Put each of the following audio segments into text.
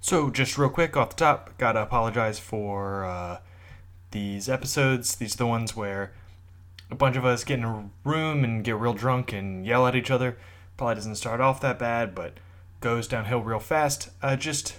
So, just real quick off the top, gotta apologize for uh, these episodes. These are the ones where a bunch of us get in a room and get real drunk and yell at each other. Probably doesn't start off that bad, but goes downhill real fast. Uh, just,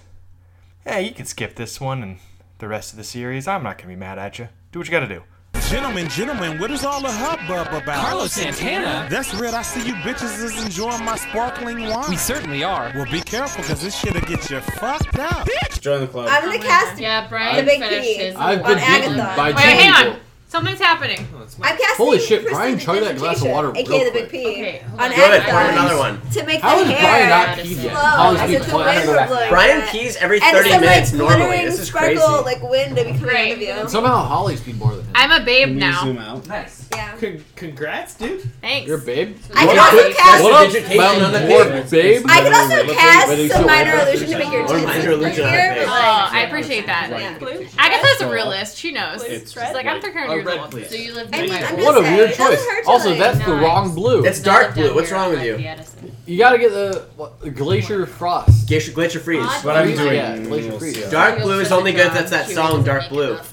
yeah, you can skip this one and the rest of the series. I'm not gonna be mad at you. Do what you gotta do. Gentlemen, gentlemen, what is all the hubbub about? Carlos Santana? That's red. I see you bitches is enjoying my sparkling wine. We certainly are. well, be careful, because this shit'll get you fucked up. Join the club. I'm gonna cast. Yeah, Brian The big finished key. his. I've On been beaten Agathon. by two Wait, hang people. on. Something's happening. I'm casting. Holy shit, Christine Brian, chug that glass of water Digitation, real AKA the Big quick. P. Okay, hold on on. Good. Agathon Pour another one. To make How the is Brian hair not Madison. peed yet? flow How is as he if the playing? wind I were go back. blowing. Brian at it. pees every And 30 some, minutes like, normally. glittering This is crazy. sparkle, like wind to be coming Right. out of you. Somehow Holly's peed more than him. I'm a babe Can we now. zoom out? Nice. yeah. Con- congrats, dude. Thanks. Oh, You're a babe. I What can up, also bitch? cast. What up? What Education up, on the bound table. dwarf babe? I can also Whether cast you some feel minor like it. illusion to make your Or tits minor illusion, I prettier, think. but Oh, like. I appreciate that. Yeah. Blue? Agatha's a realist. She knows. It's She's red. like, I'm 300 Oh, years red, old. please. So you lived I in mean, my I'm world. What a It weird doesn't choice. hurt to Also, like- that's the Nice. wrong blue. That's No, dark lived down blue. What's here. wrong with I you? had Edison. You gotta get the what, the glacier frost. Glacier, glacier freeze. Odd. What Freeze- I'm doing. Yeah, glacier freeze. Dark blue is only good if that's that She song, was Dark making Blue. up.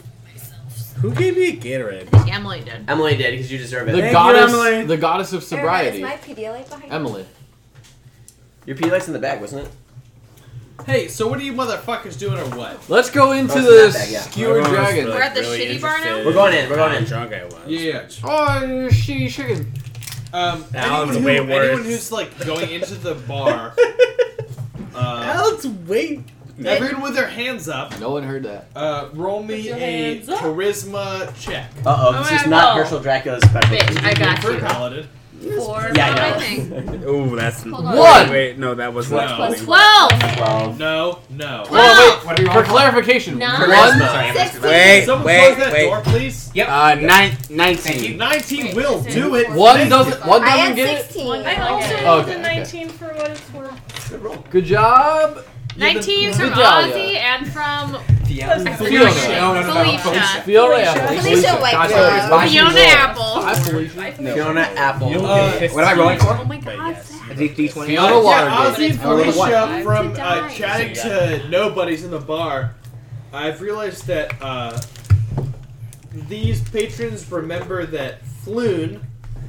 Who gave me a Gatorade? Emily did. Emily did because you deserve The it. Thank you, goddess, Emily. the goddess of Everybody, is sobriety, my Pedialyte behind you? Emily. Your pee light's in the bag, wasn't it? Hey, so what are you motherfuckers doing or what? Let's go into Oh, the it's not that, yeah. skewer dragon. We're at the shitty bar now? We're going in, we're going in. Drunk I was. Yeah. Oh, shitty chicken. Um, Now anyone, it's who, way anyone worse. who's like going into the bar, uh, Alex, wait. everyone with their hands up, No one heard that. uh, roll me your a hands up. charisma check. Uh oh, this Alright, is not well. Herschel Dracula's special. Bitch, I got For a you. paladin. Four. Yeah, I I think. know. Oh, that's Hold on. One. Wait, no, that was Wow. not. Plus Twelve. Twelve. No, no. What? Well, What are you wait, for clarification, Nine. one. Charisma. Sixteen. Wait, Someone wait, close that wait. door, please. Uh, nine, 19. 19 Wait, will is do it it. four? One Thank doesn't. you. One I doesn't had get it. 16. I Oh, also yeah. rolled a a okay. 19 19 for what it's worth. Good roll. Good job. 19 is from Vidalia. Ozzy and from Fiona. No, no, no, no. Felicia. Fiona Apple. Felicia White God, Glove. it's my Fiona Felicia. Apple. Hi, Felicia. Fiona Apple. Uh, What am I rolling Oh for? my god. Zach. D20. Fiona yeah, Ozzy Watergate. and I rolled a Felicia one. from Why did uh, I? chatting to nobodies in the bar. I've realized that uh, these patrons remember that Floon.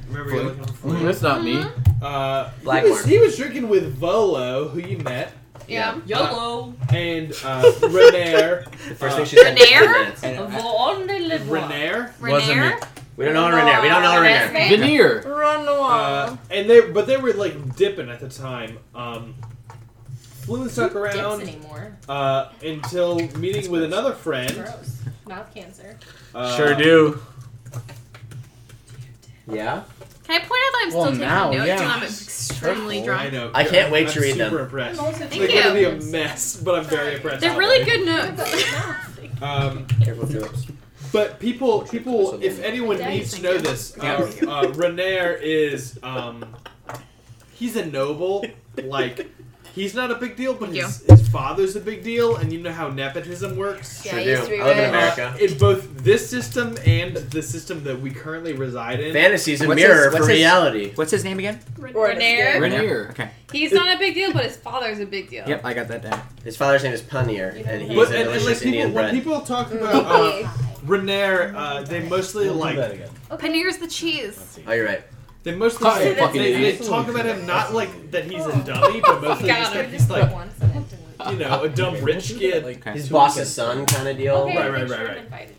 Remember you're looking for Mm-hmm. Mm, That's not me. Floon? Uh, he, Blackmore. was, he was drinking with Volo, who you met, Yeah. YOLO. and uh, Renair. The first thing uh, she said. in Renair? 10 minutes. Renair. Wasn't me. Renair. We don't know Renair. We don't know Renair. Veneer. Run Uh, and they, but they were like dipping at the time. Um, Floon stuck around anymore. uh, until meeting with another friend. Gross. Mouth cancer. Uh, Sure do. Yeah. Can I point out that I'm still Well, taking now, notes yeah. and I'm extremely I drunk? know. I can't wait I'm to read them. Super impressed. They're Thank gonna you. be a mess, but I'm very impressed. They're really good notes. Um, Careful, Phillips. but people, people, if anyone needs to know this, uh, uh, Renair is um, he's a noble. Like he's not a big deal, but Thank his, his father's a big deal, and you know how nepotism works. Yeah, Sure I do. used to be I live in very- America. Uh, in both this system and the system that we currently reside in. Fantasy's a What's his- mirror for what's his- reality. What's his name again? Renair. Veneer. Okay. He's not a big deal, but his father's a big deal. Yep, I got that down. His father's name is Paneer, and he's But a and, and, like delicious Indian people, when bread. people talk about uh, Okay. Renair, uh, they mostly like Paneer's the cheese. Oh, you're right. They mostly Hi, say that fucking they, they idiot. talk about him not like that he's a dummy, but mostly just that he's like you know a dumb rich kid. His boss's son kind of deal. Okay. Right, right, right, right.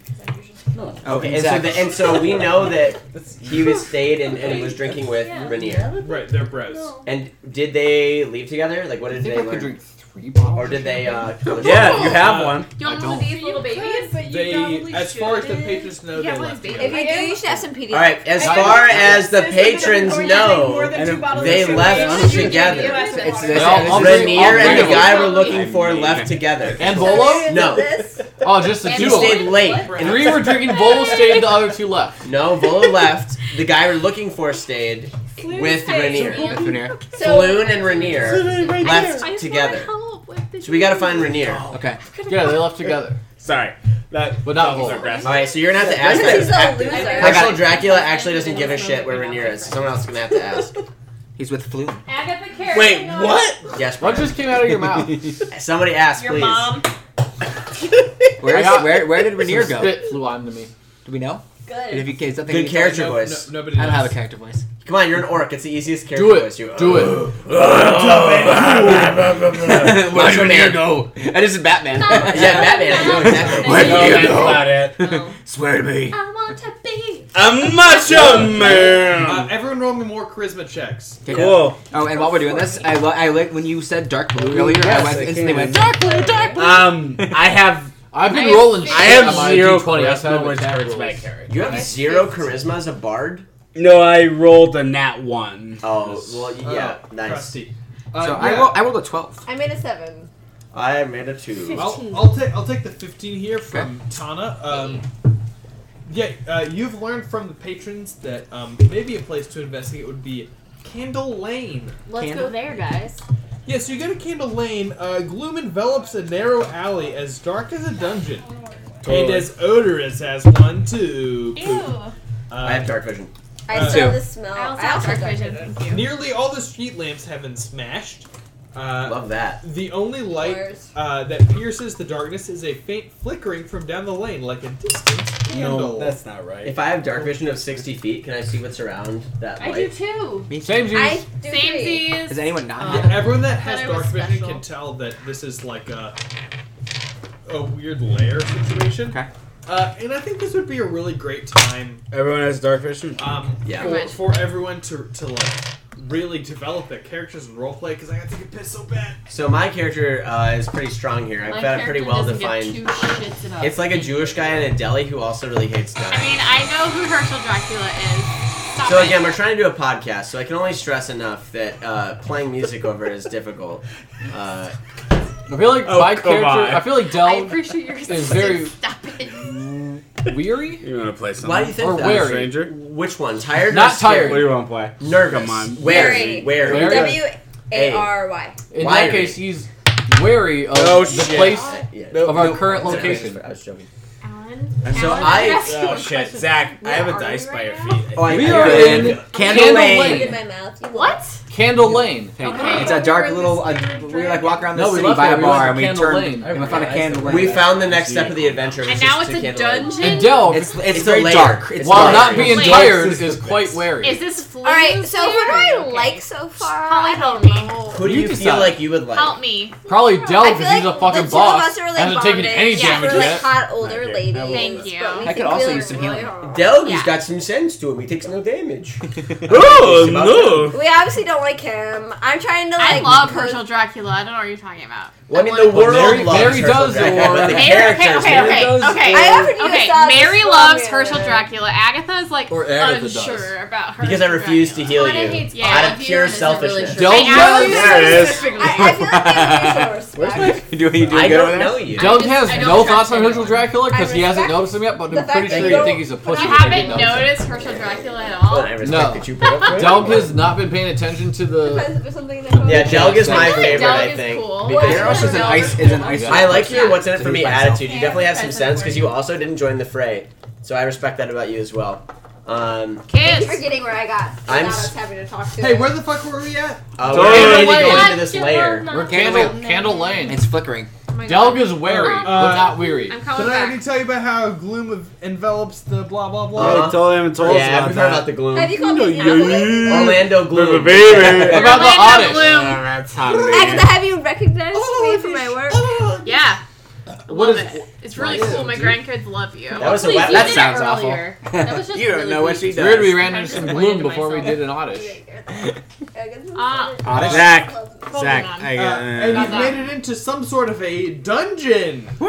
Okay, and so, the, and so we know that he was stayed and, and was drinking with Rainier. Right, they're bros. And did they leave together? Like, what I did think they I could learn? drink three bottles. Or did they? Uh, Yeah, you have Uh, one. You I want one of don't. these little babies? They, as far as the patrons know, Yeah, they well, left. it's together. If you do, you should have some PD. All right. As far as the patrons know, they left together. It's They This- all- this all three- all Rainier and three the of guy them. we're looking for I mean- left together. And Bolo? No. This? Oh, just the And two He of stayed them. late. Right. Three were drinking Bolo, stayed, and the other two left. No, Volo left. The guy we're looking for stayed with Rainier. Balloon and Rainier left together. So we gotta find Rainier. All Okay. Yeah, they left together. Sorry. That, But not that was Volo. aggressive. right, so you're gonna have to ask Because he's that. a loser. Herschel Dracula actually doesn't give a shit where Rainier is. Someone else is gonna have to ask. He's with Flume. Agatha Carey. Wait, no. what? Yes, What just came out of your mouth? somebody asked, Your please. mom. Where, I is, got- where, where did Rainier Some go? Spit flew onto me. Do we know? Good. If you can, something Good character No- voice. no- nobody I don't have a does. character voice. Come on, you're an orc. It's the easiest character Do it. voice. You Oh. Do it. Where's Rainier go? That is Batman. Yeah, Batman. You're exactly. Where do No, you that's go? not it. No. Swear to me. I want to be. A macho man. Uh, everyone roll me more charisma checks. Okay. Cool. Oh, and while we're doing this, I, lo- I like when you said dark blue earlier. Yes, I went I instantly can. went dark blue, dark blue. Um, I have I've been I have rolling shit zero- I have on my zero D20. That's how charisma, it which hurts rolls. my character. You have zero charisma as a bard. No, I rolled a nat one. Oh, well, yeah, nice. Trusty. Uh, so I yeah. rolled, I rolled a twelve. I made a seven. I made a two. I'll, I'll take I'll take the 15 here from Tana. Um, yeah, uh, you've learned from the patrons that um, maybe a place to investigate would be Candle Lane. Let's Candle? go there, guys. Yeah, so you go to Candle Lane. Uh, gloom envelops a narrow alley as dark as a dungeon and as odorous as one too. Ew. I have Uh, dark vision. I Uh, saw two. the smell. I also I have also dark got vision. vision. Thank you. nearly all the street lamps have been smashed. Uh, Love that. the only light Where's- uh, that pierces the darkness is a faint flickering from down the lane, like a distant candle. No, that's not right. If I have dark vision of 60 feet, can I see what's around that I do light? too. Same dude. I do Same three. Does these. anyone not? Yeah, everyone that has Thought I dark was vision special. can tell that this is like a a weird layer situation. Okay. Uh, and I think this would be a really great time Everyone has dark vision. um, Yeah. for, for everyone to, to like really develop their characters and roleplay because I got to get pissed so bad. So my character uh, is pretty strong here. I've My got a pretty character well doesn't give two defined. shits about It's like a me. Jewish guy in a deli who also really hates donuts. I mean, I know who Herschel Dracula is. Stop So it. again, we're trying to do a podcast, so I can only stress enough that uh, playing music over it is difficult. Uh, I feel like Oh, my come character. on. I feel like I Del appreciate your is very- Stop it. weary. You want to play something? why do you think Or that? where? Stranger? Which one? Tired? or Not scared? tired. What do you want to play? Nervous. Come on. Wary. Wary. Wary. W A R Y. In Wiry. that case, he's wary of Oh, the shit. place. Yeah. Of our current sorry, location. I was joking. Alan. So Alan, I- can ask you a Oh shit, question? Zach! I Where have are a dice you by your right now? feet. Oh, I, We I are got it. in Candle Candle Lane. Put it in Lane. my mouth. You What? Candle Lane. Thank you. Okay. It's a dark We're in little. this Uh, weird we like dragon. walk around the No, we city left by it. a We bar went and to we Candle turned Lane. and we found a candle lane. We found the next step of the adventure. which And is now to it's a Candle Lane. dungeon. And Del, It's it's, It's a very layer. dark. It's while dark. not being Wait. tired, This is, is the quite best. wary. Is this flu? All right. So who do I Okay. like so far? Holly, I help don't me. know. Who do You you decide. feel like you would like? Help me. Probably Del I because feel like he's a the fucking two of boss. us are like hasn't taken bonded. any Yeah, damage we're like yet. hot older Okay. ladies. Thank but you. we I could think also really use some hard. Del, he's Yeah. got some sense to him. He takes no damage. Oh We obviously don't like him. I'm trying to like. I love Herschel Dracula. I don't know what you're talking about. Well, I mean, the But world Mary- loves Mary Herschel does, Dracula, or- but the Mary- Mary, okay, characters okay, don't. okay, Mary does- okay. I offered you okay. a song, Mary so loves I'm Herschel gonna- Dracula. Agatha is like Or Agatha does. unsure about her. Because I refuse to heal Dracula. you Yeah, out I of feel pure it isn't really selfishness. true. Don't I know. absolutely There it is. specifically- I, I feel like I need some respect. You doing, you doing I good don't over there? know you. Don't- Del I just- has I don't no trust thoughts on Herschel anyone. Dracula because I he hasn't respect noticed him yet, but the I'm pretty fact sure that you you think he's a pussy. You if haven't notices him. noticed Herschel Dracula at Well, all? I respect No. that you put up with it. Del has not been paying attention to the. Because if there's something that Yeah, Delg is my I feel like favorite, Delg I is think. Oh, cool. Because Why? Daenerys is an Yeah. ice is an ice. Yeah. I like your Yeah. what's in it for me Yeah. attitude. You definitely have some Yeah. sense because you also didn't join the fray. So I respect that about you as well. Um, Thank you for Kids. getting where I got. So I'm now I s- was happy to talk to Hey, you. where the fuck were we at? uh, Don't we're going to worry. go What? into this layer. No. We're Candle- candle, candle lane. It's flickering. Oh my God. Delga's wary, Uh, but not weary. I'm Did coming I already back. tell you about how gloom of envelops the blah blah blah? Uh-huh. I totally haven't told us Yeah, I about forgot about that. the gloom. Have you called me Yeah, Natalie? yeah. Orlando gloom. Baby. About the Orlando audit. Bloom. Oh, that's hot. Agatha, have you recognized Oh, me for my these- work? oh, Yeah. What love is- it. It's really cool. My grandkids love you. That was a Please, wet- you that did it sounds awful. earlier. That was just You don't really know what weak. she does. Weird, we ran I'm into some disappointed gloom in before we myself. did an audit. Ah. Zach. Hold Zach. on. I Uh, got. and Not you've that. made it into some sort of a dungeon. Woo!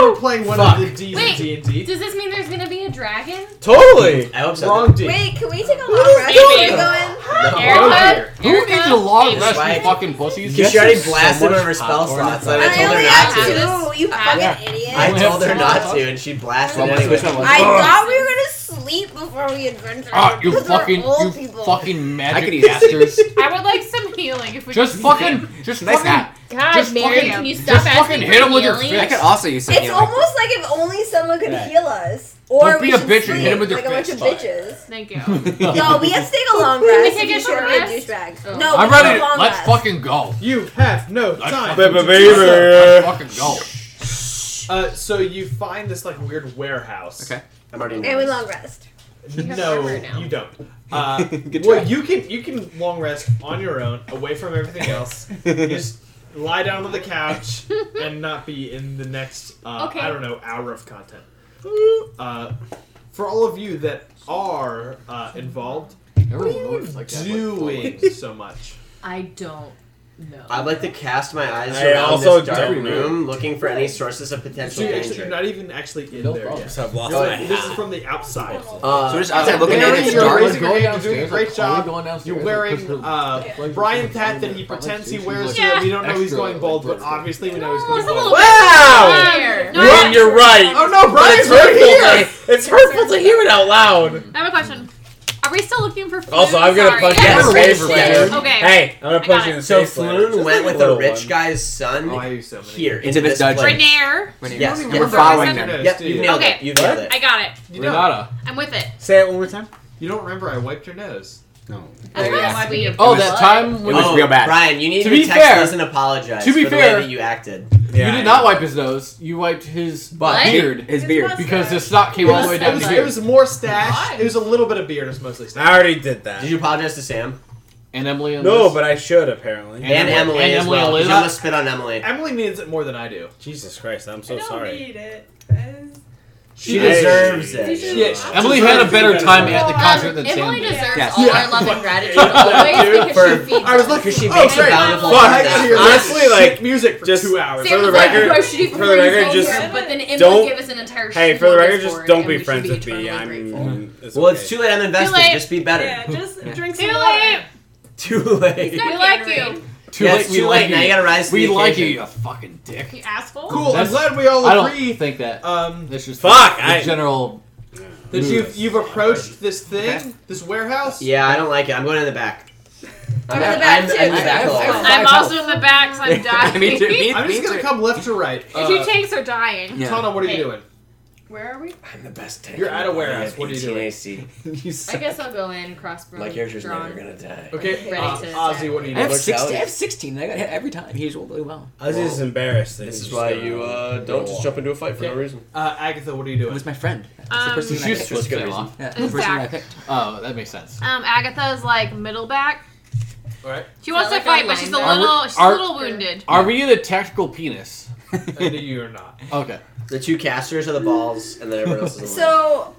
We're playing one of the D's Wait. in D&D. Does this mean there's gonna be a dragon? Totally. I hope so. Wrong D. Wait, can we take a long rest? Maybe. We're going. No. Erica? Who needs a long Erica? rest, you Right. fucking pussies? Because she already blasted one of her spell popcorn. slots, and I I told her only not to. have two. You fucking Yeah. idiot. I Only told have her two. not to, and she blasted Well, it anyway. which one was I it? thought we were gonna sleep before we adventured. Ah, you Because we're fucking, old you people. fucking I could magic eat bastards. I would like some healing if we Just could- fucking, just Nice fucking, hat. God, Just Mary, fucking- can you stop just asking fucking for hit him with your healing? fist. I could also use some It's healing. almost like if only someone could Yeah. heal us. Or Don't be we a should bitch and sleep hit him with your like a bunch of fist. bitches. Thank you. No, we have to take a long We rest. take You a shouldn't short be a rest? douchebag. Oh. No, I'm we take ready. a long Let's rest. fucking go. You have no Let's time. Baby, fucking do this. Let's fucking go. Uh, so you find this like weird warehouse. Okay. I'm already. And we long rest. have No, armor now. you don't. Uh, Good well, try. you can you can long rest on your own, away from everything else. You just lie down on the couch and not be in the next uh, Okay. I don't know hour of content. Uh, for all of you that are uh, involved, Everyone moves like that. doing so much. I don't know. I'd like to cast my eyes I around also this dark don't know. room, looking for any sources of So potential you're, actually, danger. you're not even actually in No there problem. yet. I've lost You're Oh, my like- this is from the outside. Oh. Uh, so we're just outside Looking looking at at it, it's you're dark. raising your hand, you're doing a It's great like Chloe job. going downstairs, You're like, wearing "Who's uh, who?" Brian hat that he pretends he wears so that we don't know he's going bald, but obviously we know he's going It's a little bald. Wow! weird. No, Ron, I- you're right. Oh no, But Brian's it's right here! hurtful. To, it's hurtful to hear it out loud. I have a question. Are we still looking for food? Also, I'm gonna Sorry. punch Yes, you in the we face for should. that. Okay. Hey, I'm gonna I punch got you in the it. So face. later. Floon Just went like with a a little rich one. guy's son Oh, I use so many. here Into this this dungeon. place. Renair. Yes, You and don't we're even following remember them. those, Yep, do you you? nailed Okay. it. You nailed it. I got it. You don't, Renata. I'm with it. Say it one more time. you don't remember I wiped your nose. No. That's Yeah. kind of sweet. Oh, that time It when was you- oh, real bad. Brian, you need to, To be text fair- us and apologize to be for the fair- way that you acted. you did not wipe his nose. You wiped his Butt. beard His beard. because the snot came It all was- the way it down was- to It here. was more stash. It was a little bit of beard. It was mostly stash. I already did that. Did you apologize to Sam And Emily and No, Liz. but I should apparently. and, Emily and as Emily well? and Liz. 'cause You almost spit on Emily. Emily needs it more than I do. Jesus Christ, I'm so I don't sorry. need it. That's- She Hey. deserves She it. Yeah, she- Emily had a better time at the concert Um, than Emily Sam did. deserves Yes. all Yeah. our love and gratitude Yeah. always because For- she feeds I was us. like, Because she oh, makes crap. a bountiful Fuck, I harvest. gotta hear Honestly, Honestly, like like, music for just- two hours. Sam for the was like, record- "Gross, she didn't for the even record, raise just- children," but then Emily don't- gave us an entire Hey, shitload for the of record, just support, don't and be we should friends with eternally me. grateful. I'm. Mm, It's Well, it's okay. too late. I'm invested. late. Just be better. Yeah, just drink some Too water. late. Too late. We like you. Too Yeah, late. it's we too like late. Now you you. gotta rise to We the like you, occasion. you fucking dick. You asshole. Cool. I'm That's- glad we all I agree. don't think that. um, That's just Fuck, the I- general. that you've Yes. you've approached this thing, this warehouse. Yeah, I don't like it. I'm going in the back. I'm in the back I'm, too. I'm in the back I- I- a lot. I'm also in the back, so I'm dying. I mean, to me, I'm just me gonna too. come left to right. Uh, Two tanks are dying. Yeah. Tana, what are you Hey. doing? Where are we? I'm the best tank. You're at a warehouse. What are you doing? you I suck. guess I'll go in crossbow. My character's drawn. never gonna die. Okay, Ready uh, to Ozzy, what are you I have, doing? Works 16, I out. have 16. and I got hit every time. He rolled really well. I was just embarrassed. that This you is just why got- you uh, don't just jump into a fight for no Okay. reason. Uh, Agatha, what are you It doing? was my friend. That's Um, the person She that I just picked. flipped good him reason. off. Yeah, the person that I picked. Oh, that makes sense. Um, Agatha is like middle back. All right, She wants that to like fight, a but she's a linebacker? little she's Are- a little wounded. Are we in a tactical penis? uh, you're not. Okay. The two casters are the balls, and then everyone else is the So,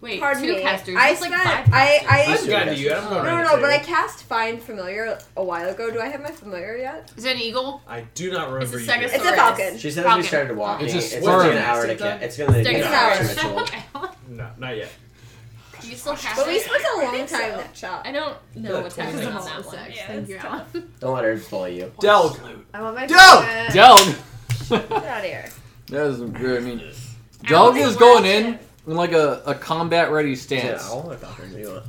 Wait, pardon two me. casters. I That's spent. like five I. casters. I I've gotten to you. I'm going no, no, around no, the but I table. cast Find Familiar a while ago. Do I have my Familiar yet? Is it an eagle? I do not remember. It's a you second doing It's that. a falcon. She says we Falcon. started walking. It's It's, a it's sperm. gonna an hour to get. It's gonna Six be an hour to hours. ritual. No, not yet. Do you still cast But we it? spent a long time think in so. that shop. I don't know Good. what's happening Because on of all that the one. sex. Yeah, Thank it's you, tough. Alan. Don't let her bully you. Delg. I want my Delg! favorite- Delg. Get out of here. That is good. I mean, Delg is going in in like a, a combat ready Yeah, stance. I want to fucking do it.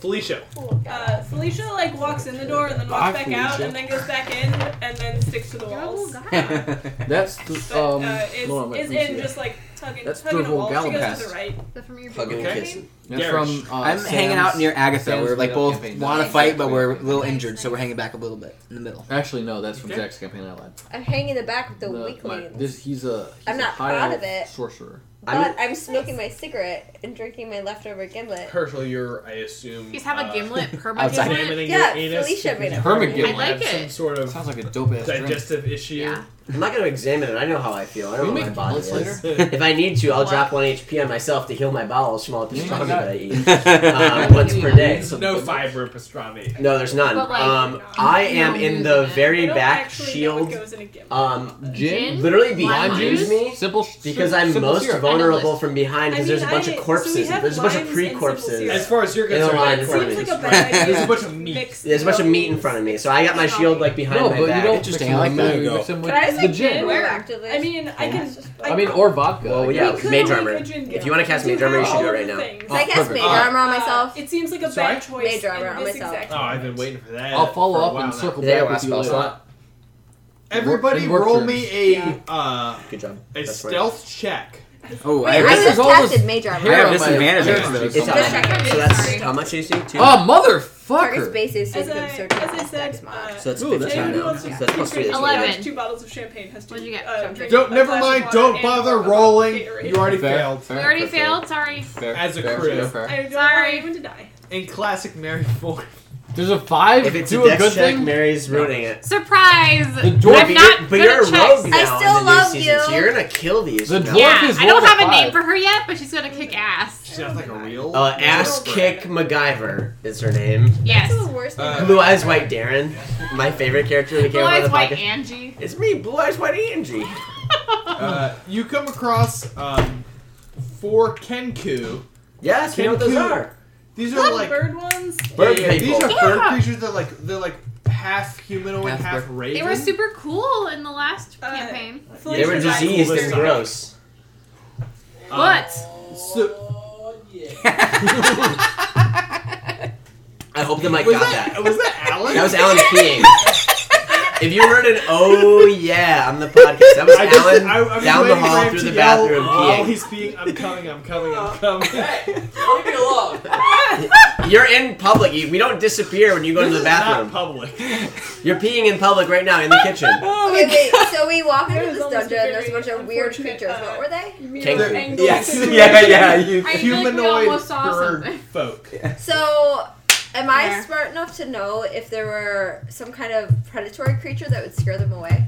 Felicia. Uh, Felicia like walks in the door and then walks Bye, back out Felicia. and then goes back in and then sticks to the walls. That's the But um. uh, is, hold on, wait, is let me in see. just like tugging, That's tugging Durval a wall. She goes to Galapast. the right. That from your Hugging Okay. and kissing. That's Garish. from. Uh, I'm hanging out Sam's- near Agatha. Sam's we're like made-up both campaign. want to fight, but we're a little Nice, injured, so nice. we're hanging back a little bit in the middle. Actually, no. That's from Okay. Jack's campaign. I lied. I'm hanging the back with the, The- my- weaklings. this, he's a. He's I'm a not high proud elf of it. Sorcerer. But I'm smoking my cigarette and drinking my leftover gimlet. Herschel, you're, I assume. He's have a uh, gimlet perma Outside. gimlet. examining Yeah, your anus. Felicia because made it. you probably Permagimlet. I like have Some it. sort of Sounds like a dope ass drink. digestive issue. Yeah. I'm not gonna examine it. I know how I feel. I Can know we what make my body bullets is. later? If I need to, I'll What? drop one HP on myself to heal my bowels from all the Yeah, pastrami yeah. that I eat uh, once per day. no fiber pastrami. No, there's none. But, like, um, you're not- I am in the I very don't back actually know what shield. goes in a gift. Um, Gin. literally Lime behind juice? me Simple. sh- because I'm simple most syrup. vulnerable from behind I because there's a mean, bunch I- of so we corpses. have there's a bunch of limes pre and corpses. As simple far as you're In a concerned, line It it's for seems me. like a bad idea. There's a bunch of meat. Mix There's a bunch of meat in front of me, so I got my shield like behind No, my but you back. don't. Interesting, mix I them like with that. you mix them with Can I just the like gin. Where? actively? I mean, I can. I mean, or vodka. Well, I yeah, guess. could Mage make a Armor. gin If you wanna gift. cast We Mage Armor, you have should do all it of right the now. things. Can I cast perfect. mage Uh, armor on Uh, myself? It seems like a Sorry? bad choice. Mage armor in on this myself. exact Oh, I've been moment. waiting for that. I'll follow for a up while and now. circle Yeah, back I with you spell later. slot. Everybody, Work- work roll turns. me a Yeah. uh, Good job. a That's right. stealth check. Oh, Wait, I this just is all tested this. major hair I have on my- disadvantage hair on on this. this. It's It's Just on check me. out So your that's history. how much AC? Two. Oh, Target motherfucker! space is As I, sensitive as circle I dex said, mod. uh, So that's Ooh, fifteen that's Jane now. who So wants that's plus to two. drink Eleven. Two bottles of champagne has to. What'd you get? Uh, Don't drink Don't. a Never glass of mind. water Don't and bother Coca-Cola. rolling. Gatorade. You already Fair, failed. fair, We already fair, fair. failed. Sorry. Fair, As a fair, crew. fair, fair. I don't want Sorry. anyone to die. In classic Mary form. There's a five. If it's do a a, dex good check, thing. Mary's ruining it. Surprise! The dwarf- I'm but not you're, good but you're at a rogue checks. now I still in the love new season, so you. you're gonna kill these. The now. dwarf Yeah, is I don't rolled a have a name five. for her yet, but she's gonna kick ass. Sounds like a real. Uh, ass kick MacGyver is her name. Yes. That's the worst thing. Uh, Blue eyes white Darren, my favorite character in the game. Blue eyes white podcast. Angie. It's me, blue eyes white Angie. Uh, you come across um, four Kenku. Yes, we know what those Kenku. are. These Not are like bird ones. Bird yeah, yeah, these people. are Yeah. bird creatures. They're like they're like half humanoid, Half half, bird. raven. They were super cool in the last Uh, campaign. They Felicia were died. diseased cool and this gross. Um, What? So, I hope the mic was got that, that. was that Alan? That was Alan peeing. If you heard an oh yeah on the podcast, that was I just, Alan I, I'm down the waiting for hall him through to the yell bathroom While peeing. he's peeing, I'm coming, I'm coming, I'm coming. Leave me alone. You're in public. You, we don't disappear when you go to the Not bathroom. public. You're peeing in public right now in the kitchen. Oh, Wait, wait, so we walk into That is this almost dungeon a and there's a very bunch of weird unfortunate, creatures. uh, what were they? Mirror Kangaroo. angle situation. you. I feel like Humanoid we almost saw bird something. folk. So, am I Where? smart enough to know if there were some kind of predatory creature that would scare them away?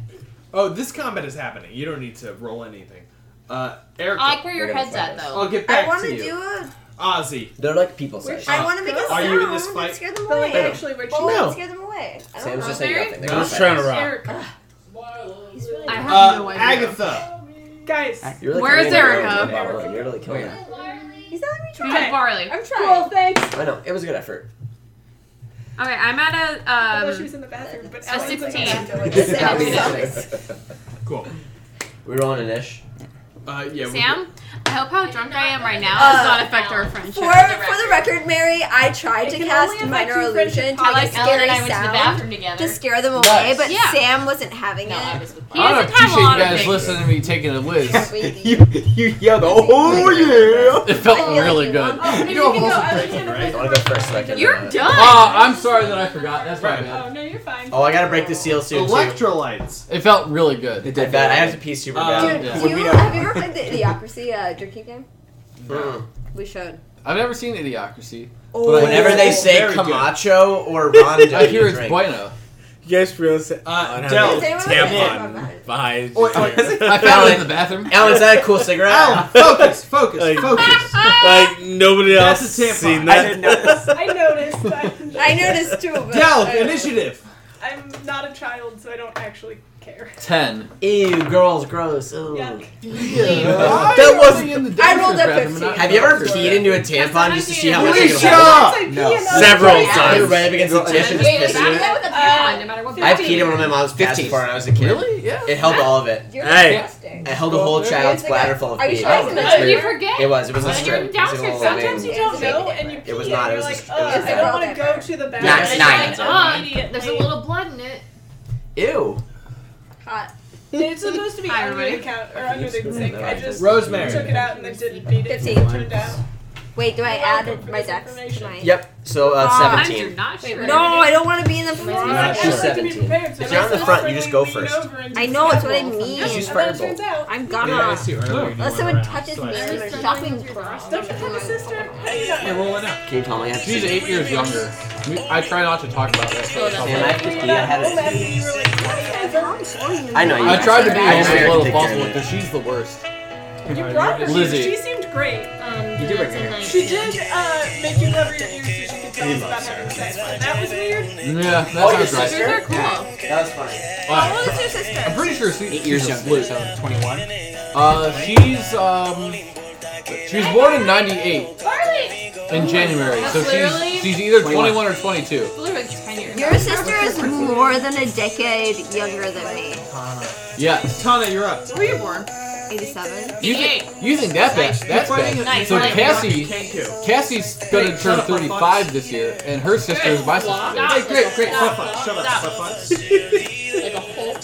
Oh, this combat is happening. You don't need to roll anything. Uh, Eric, I like where your head's at though. I'll get I back want to to you. do a. Ozzy, They're like people We're size. I want to make a Are sound you in this that fight? scare them But away. like actually, we're What would No. scare them away? I don't Sam's know. just saying nothing. They're No. just trying to rock. Erica. He's really I have uh, no idea. Agatha, Guys, You're like Where killing is it. Erica? You're really- You're really killing it. He's not letting me We try. have barley. Okay, I'm cool. trying. Thanks. I know. It was a good effort. I'm I at a thought she um. was in the bathroom, but a Alan's like, 16. "I don't know what this is." Sam cool. We're rolling an ish. Uh, yeah, we'll Sam. I hope how drunk I am right now Uh, does not affect our For, for friendship. the record, Mary, I tried It to can cast only affect minor two friendship illusion to I make a like Ellen scary and I went to the sound bathroom together. to scare them away, Nice. but Yeah. Sam wasn't having no, it. I was with he I don't doesn't have a appreciate you lot of guys things. listening to me taking a whiz. Sweetie. you yelled, "Oh yeah!" It I feel felt like really you good. Oh, You you know can I'm go. also I was drinking, gonna right? go I'll go first, I can- You're done. Ah, I'm sorry that I forgot. That's my bad. Oh no, you're fine. Oh, I gotta break the seal soon. too. Electrolytes. It felt really good. It did bad. I have to pee super Uh, bad. Dude, Yeah. do you, have you ever played the Idiocracy uh, drinking game? Mm. We should. I've never seen Idiocracy. But whenever they say Very good. Camacho or Rondo, I hear you it's drink. bueno. You guys realize Uh, Does Del. anyone Tampon. have a tampon? behind. Wait, wait, I found it in the bathroom. Alan, is that a cool cigarette? Oh. Alan, focus, focus, Like- focus. like nobody That's else a tampon. has seen I that. didn't notice. I noticed. That I noticed too, but Del, I- initiative. I'm not a child, so I don't actually care. Ten. Ew, girls, gross. Ew. Yuck. Why That are you was- only in the I rolled a downstairs bathroom and 15. not Have you ever upstairs? peed into a tampon just to see how much it Felicia! can hold? It's like No. pee and other Several things. times. You're right up against the Wait, dish and just wait, wait, pissing in that it. with a pad, no matter what. I peed in one of my mom's baths 15. before when I was a kid. Really? Yeah. It held all of it. You're Hey. disgusting. I held a whole Yeah. child's It's like a- bladder full of are you pee. sure it's It's not- Oh, weird. you forget? It was. It was a When you're strip. It was in a downstairs, little sometimes vein. You don't know, and you It pee, was and not- it you're was like, just- it was ugh, I bad. don't want to go to the Nine- bathroom. And I nine. It's like, immediately- oh, there's a little blood in it. Ew. Hot. It's supposed to be Hi, under the everybody. count or under the sink. I just Rosemary. took it out and then didn't need it. Fifteen. Turned it out. Wait, do I You're welcome add for my this dex to information. my? Yep. So uh, Sometimes you're seventeen. not sure. No, I don't want to be in the I front. like She's to be 17. prepared, so If I you're on the just front, you just go willingly lean first. over and I just know, it's what I grab mean. one. Just And then it use fireball. turns out- I'm Yeah, I gonna. see earlier you Unless went someone around, touches so I me, said- I'm Don't shocking. you have Don't you have a sister? You're rolling out. Can you tell me? I have She's to- eight years younger. We- I try not to talk about Sam, I that. have to pee. Home I had after it. you were like, I I know you. I tried to be I almost tried a to little take possible care of it. because she's the worst. You brought her here. Lizzie. She seemed great. Um, You do look good. She did uh, make you cover your ears so she could tell us about having sex. but That was weird. Yeah, that Oh, your sounds right. sister? Sisters are cool. That was funny. Alright. How old is your sister? I'm pretty sure she, Eight she's years a younger, flute. so 21. Uh, she's um, she was born in '98 Barley. in January, so Clearly. she's she's either 21 or 22. Blue is ten years. Your sister is more than a decade younger than me. Yes. Tana, you're up. Where were you born? 87. You Eight. think you think that's bad? That's bad. Nice. So Nice. Cassie, Kenku. Cassie's gonna Hey, turn shut up, 35 this year, and her sister is my sister. Stop. Hey, great, great. Stop. Stop. Shut up. Stop. Stop.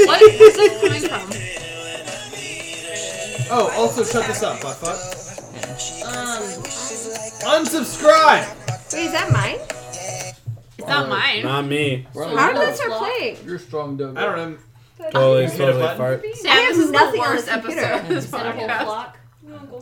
What is this coming from? Oh, also shut this up, butt fuck. Um, Unsubscribe! Wait, is that mine? It's Oh, not mine. Not me. How did You're, that start playing? you're strong, dog. I don't know. Totally, hit a totally button. fart. I Sam, have this is the nothing on worst this episode computer. of this set a whole podcast. clock.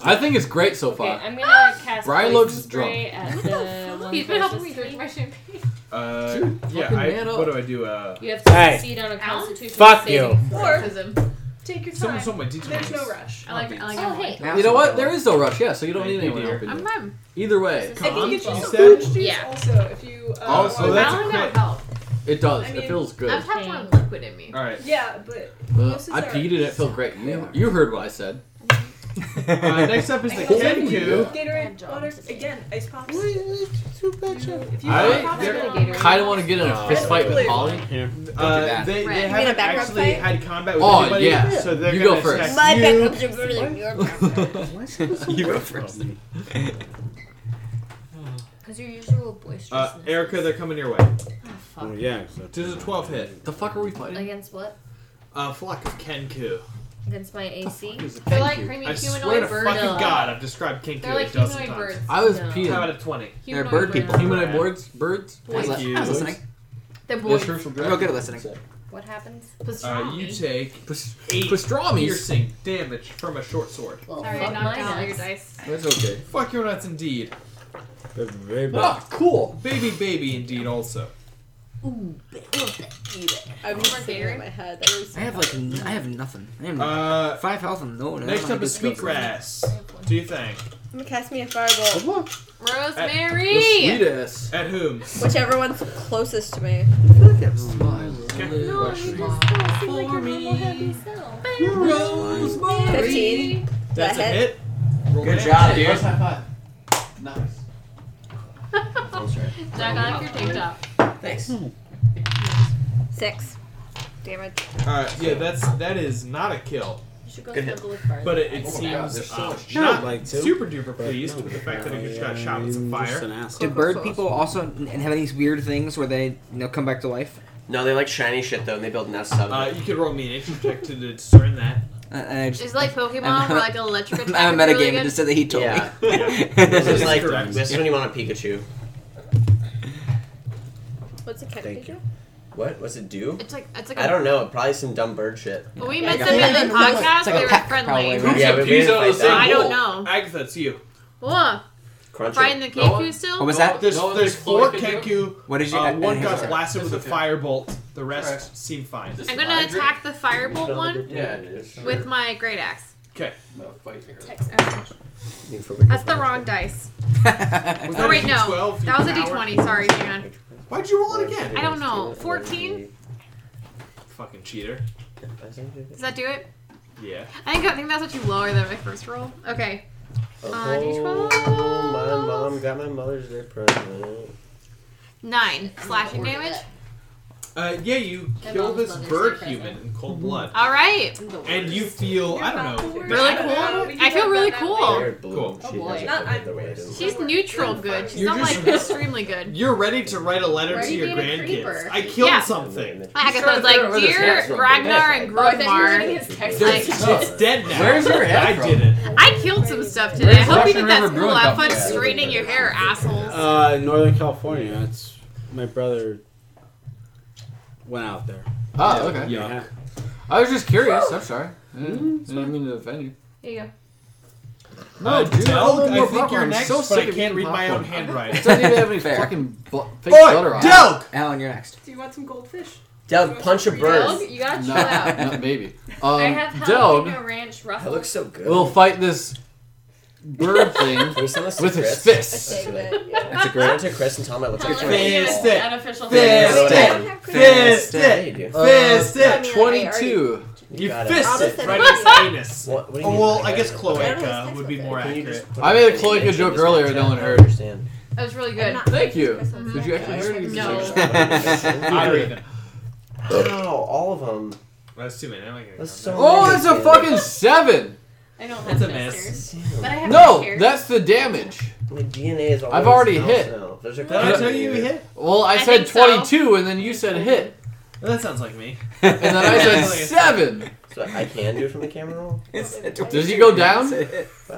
I think it's great so Okay, far. I'm Ah! gonna cast Brian poison looks spray at the one He's been helping me closest to drink you. my champagne. Uh, Dude, yeah, fucking I, man up. what do I do? Uh, You have to Hey. succeed on a Constitution Fuck saving you. throw. Take your someone's on my detox. There's no rush. I like. I like. Oh, hey. You know what? There is no rush, yeah, so you don't I need do anyone do. helping I'm you. fine. Either way, Come I on, think you you should said? Oh, Yeah. Also, if you. Uh, Also, want- that's- I don't have help. it does. I it mean, feels good. I've had Okay. one liquid in me. Alright. Yeah, but Uh, this is I our- peed and it felt great. You, you heard what I said. Uh, next up is the Cool. Kenku. Gatorade, job water, today. again, ice pops. If you I- want pops, they're- go. Gatorade. Kind of want to get in a fist fight with Polly. Uh, they, Right. they You mean a haven't background actually fight? had combat with Oh, anybody, yeah. so they're You go gonna first. attack My you. backups are better than your backups. you go first. Because your usual boisterousness. Uh, Erica, they're coming your way. Oh, yeah. so- Does a 12 hit? The fuck are we fighting? Against what? Uh, flock of Kenku. Against my The AC? fuck is it? They're Thank like you. creamy I swear to humanoid birds. fucking god, I've described Kenku They're like a dozen humanoid times. birds. I was No. peeing. How out of 20? Humanoid bird birds. people. Humanoid boards? Birds? Thank li- you. I was listening. They're Yeah, boys. sure, real good at listening. What happens? Uh, you take Past- eight Pastrami's. piercing damage from a short sword. Well, Sorry, fuck knocked out all my your nuts. dice. That's okay. Fuck your nuts indeed. That's very bad. Ah, cool. Baby, baby indeed also. Ooh, baby. I'm just just thinking in in my my head. I have like n- I have nothing. I have nothing. Uh, five health and no. no, I next up don't is think it's good. Sweetgrass. Do you think? I'm gonna cast me a fireball. Rosemary! The Rosemary. sweetest. At whom? Whichever one's closest to me. I feel like that was Rosemary. 15. That's a That hit. Roll Good damage. job, dude. Nice. Jack off your tank top. Oh, Thanks. Six. Damage. Alright, Uh, yeah, that's that is not a kill. You should go Good for hit. the boulevard. But it, it Oh my God, seems there's so uh, much not shit, like, too. super duper pleased with the fact that it just got shot with some Just fire. an asshole. Do bird people also n- have these weird things where they you know come back to life? No, they like shiny shit though, and they build nests out Uh, of it. you could roll me an nature check to discern that. Uh, I just, It's like Pokemon, I'm- where like electric attack. I'm a is metagame. really It good. just said that he told Yeah. me. this is like Correct. this is when you want a Pikachu. What's a cat Thank do? What? What's it do? It's like it's like I a don't know. Probably some dumb bird shit. When Yeah, we met I them got in the it. podcast, It's like a they were pack friendly. probably, right? Yeah, but we Peas didn't out of fight the same I that. don't bowl. know. Agatha, it's you. Whoa, Crunch frying it. the No one- Kenku still? What was that? There's, No, there's it's four Chloe Kenku. Kenku. What did you? Uh, one I- got I- blasted with a okay. firebolt. The rest Alright. seem fine. I'm gonna attack the firebolt one Yeah, it is. with my great axe. Okay. That's the wrong dice. Was Oh, that wait, a no. D12, you That was a coward? d20. Sorry, hang on. Why'd you roll it again? I don't know. 14? Fucking cheater. Does that do it? Yeah. I think I think that's what you lower than my first roll. Okay. Uh, D12. Oh, my mom got my mother's day present. Nine slashing damage. Uh, yeah, you My kill mom's this mother's bird surprise. human in cold blood. All right. And you feel, I don't know. Really bad cool. about it? I feel really cool. Very blue. Cool. She Oh, boy. doesn't Not look the way I'm- it is. She's neutral good. She's You're not just- like extremely good. You're ready to write a letter Why are to you your being a grandkids. creeper? I killed Yeah. something. Agatha was like, dear Ragnar and Oh, I thought you were reading Grogmar. his text Like- message. It's dead now. Where's your head I from? did it. I killed some stuff today. I Where's hope you Russian think River that's cool. Brewing Have fun Company? straightening your hair, assholes. Uh, Northern California. That's my brother went out there. Oh, okay. Yeah. I was just curious. I'm sorry. I didn't I didn't mean to offend you. Here you go. Mm-hmm. Uh, dude, I Delg, want I more think you're popcorn. I'm next, so but sick I of can't eating read my own popcorn. handwriting. It doesn't even have any Fair. fucking bu- fake Boy, butter on it. Delg! Alan, you're next. Do you want some goldfish? Doug, punch a Doug, bird. you gotta Um, chill No, out. not maybe. I Um, have Delg jalapeno ranch That ruffles. looks so good. will fight this bird thing Can we send this to with Chris? his fists. Save it. Yeah. That's a great. Send it to Chris and tell him I looked Tell at him Fist we did it. an official Fist thing. it. Fist Yeah, you it! do. Fist it! mean, like, I already- uh, Twenty-two. You got fist I'll just it send right it back. in his anus. What, what do you Oh, mean? well, I guess I don't know cloaca if would be it's more Can you accurate. just put I it made a in cloaca the image joke and just earlier, pretend no one I heard. Understand. That was really I'm good. not Thank you. Christmas on Did you that. actually hear it? No. I don't even. Ow, all of them. That's too many. I'm not gonna That's count so- Oh, it's a fucking seven. I don't That's have a mess. masters. But I have No, that's the damage. My DNA is all I've over the already house hit. Now. There's a that. Did I tell cloaca you in we there. hit? Well, I I said think so. twenty-two, and then you said hit, That sounds like me. and then I said seven. So I can do it from the camera roll? Does he go down?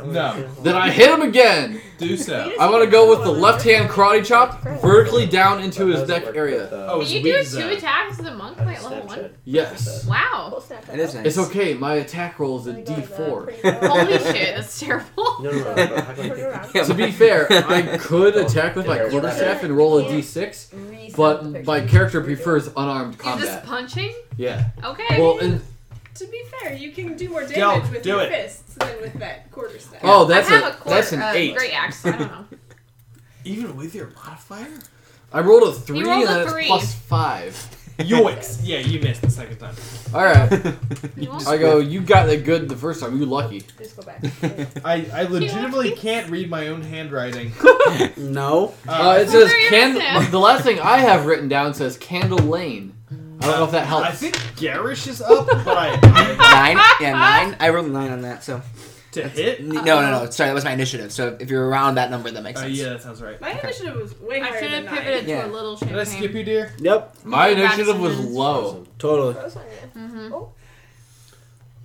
No. Then I hit him again. Do so. I want to go with the left hand karate chop vertically down into his neck uh, area. Oh, But it's you do weak two zone. attacks as a monk by level one? Yes. Wow. It is nice. It's okay. My attack roll is a uh, D4. Holy shit, that's terrible. No, no, no. no, how can I- To be fair, I could attack with my quarterstaff and roll a D6, but my character prefers unarmed You're just combat. punching? Yeah. Okay. Well, and To be fair, you can do more damage Del, with do your it. fists than with that quarterstaff. oh, that's I have a, a quarter, that's an uh, eight. Great axe. I don't know. Even with your modifier? I rolled a three rolled and a that's three. plus five. Yoicks! Yeah, you missed the second time. All right. You won't- I go. You got that good the first time. You lucky. Just go back. I, I legitimately can't read my own handwriting. No. Uh, it Well, says there you can. have it. The last thing I have written down says Candle Lane. I don't know if that I helps. think garish is up, but I, I Nine? Yeah, nine. I rolled a nine on that, so. to hit. No, no, no. Sorry, that was my initiative. So if you're around that number, that makes Uh, sense. yeah, that sounds right. My initiative was way higher I should have than nine. pivoted Yeah. to a little Did I skip champagne. you, dear? Yep. My Back initiative to was minutes. low. Totally.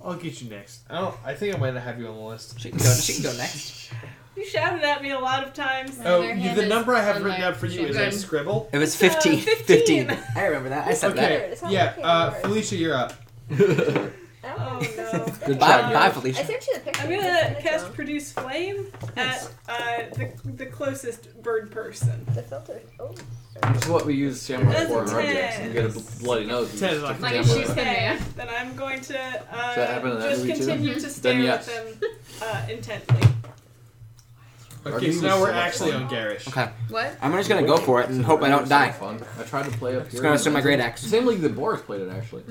I'll get you next. I don't. I think I might have you on the list. She can go, she can go next. You shouted at me a lot of times. Oh, their you, hand the is number I have on written my out for you is I shotgun. scribble. It was So, 15. Uh, Uh, 15. 15. I remember that. I said Okay. It's not Yeah. working Uh, anymore. Felicia, you're up. Oh no. that. Bye, Um, bye, I Felicia. sent you the picture. I'm gonna cast Produce Flame at uh, the, the closest bird person. the filter. Oh, This is what we use samurai That's for in a objects. You get a bl- bloody nose. you Ten just is stick like- the Like, samurai. she's- Okay, then I'm going to uh, Does that happen in that just movie too? continue to stare yes. at them uh, intently. Are Okay, these so now we're so much actually fun? on garish. Okay. What? I'm just gonna go for it and hope I don't die. Fun. I tried to play up here. Just gonna assume my great axe. Same league that Boris played it actually.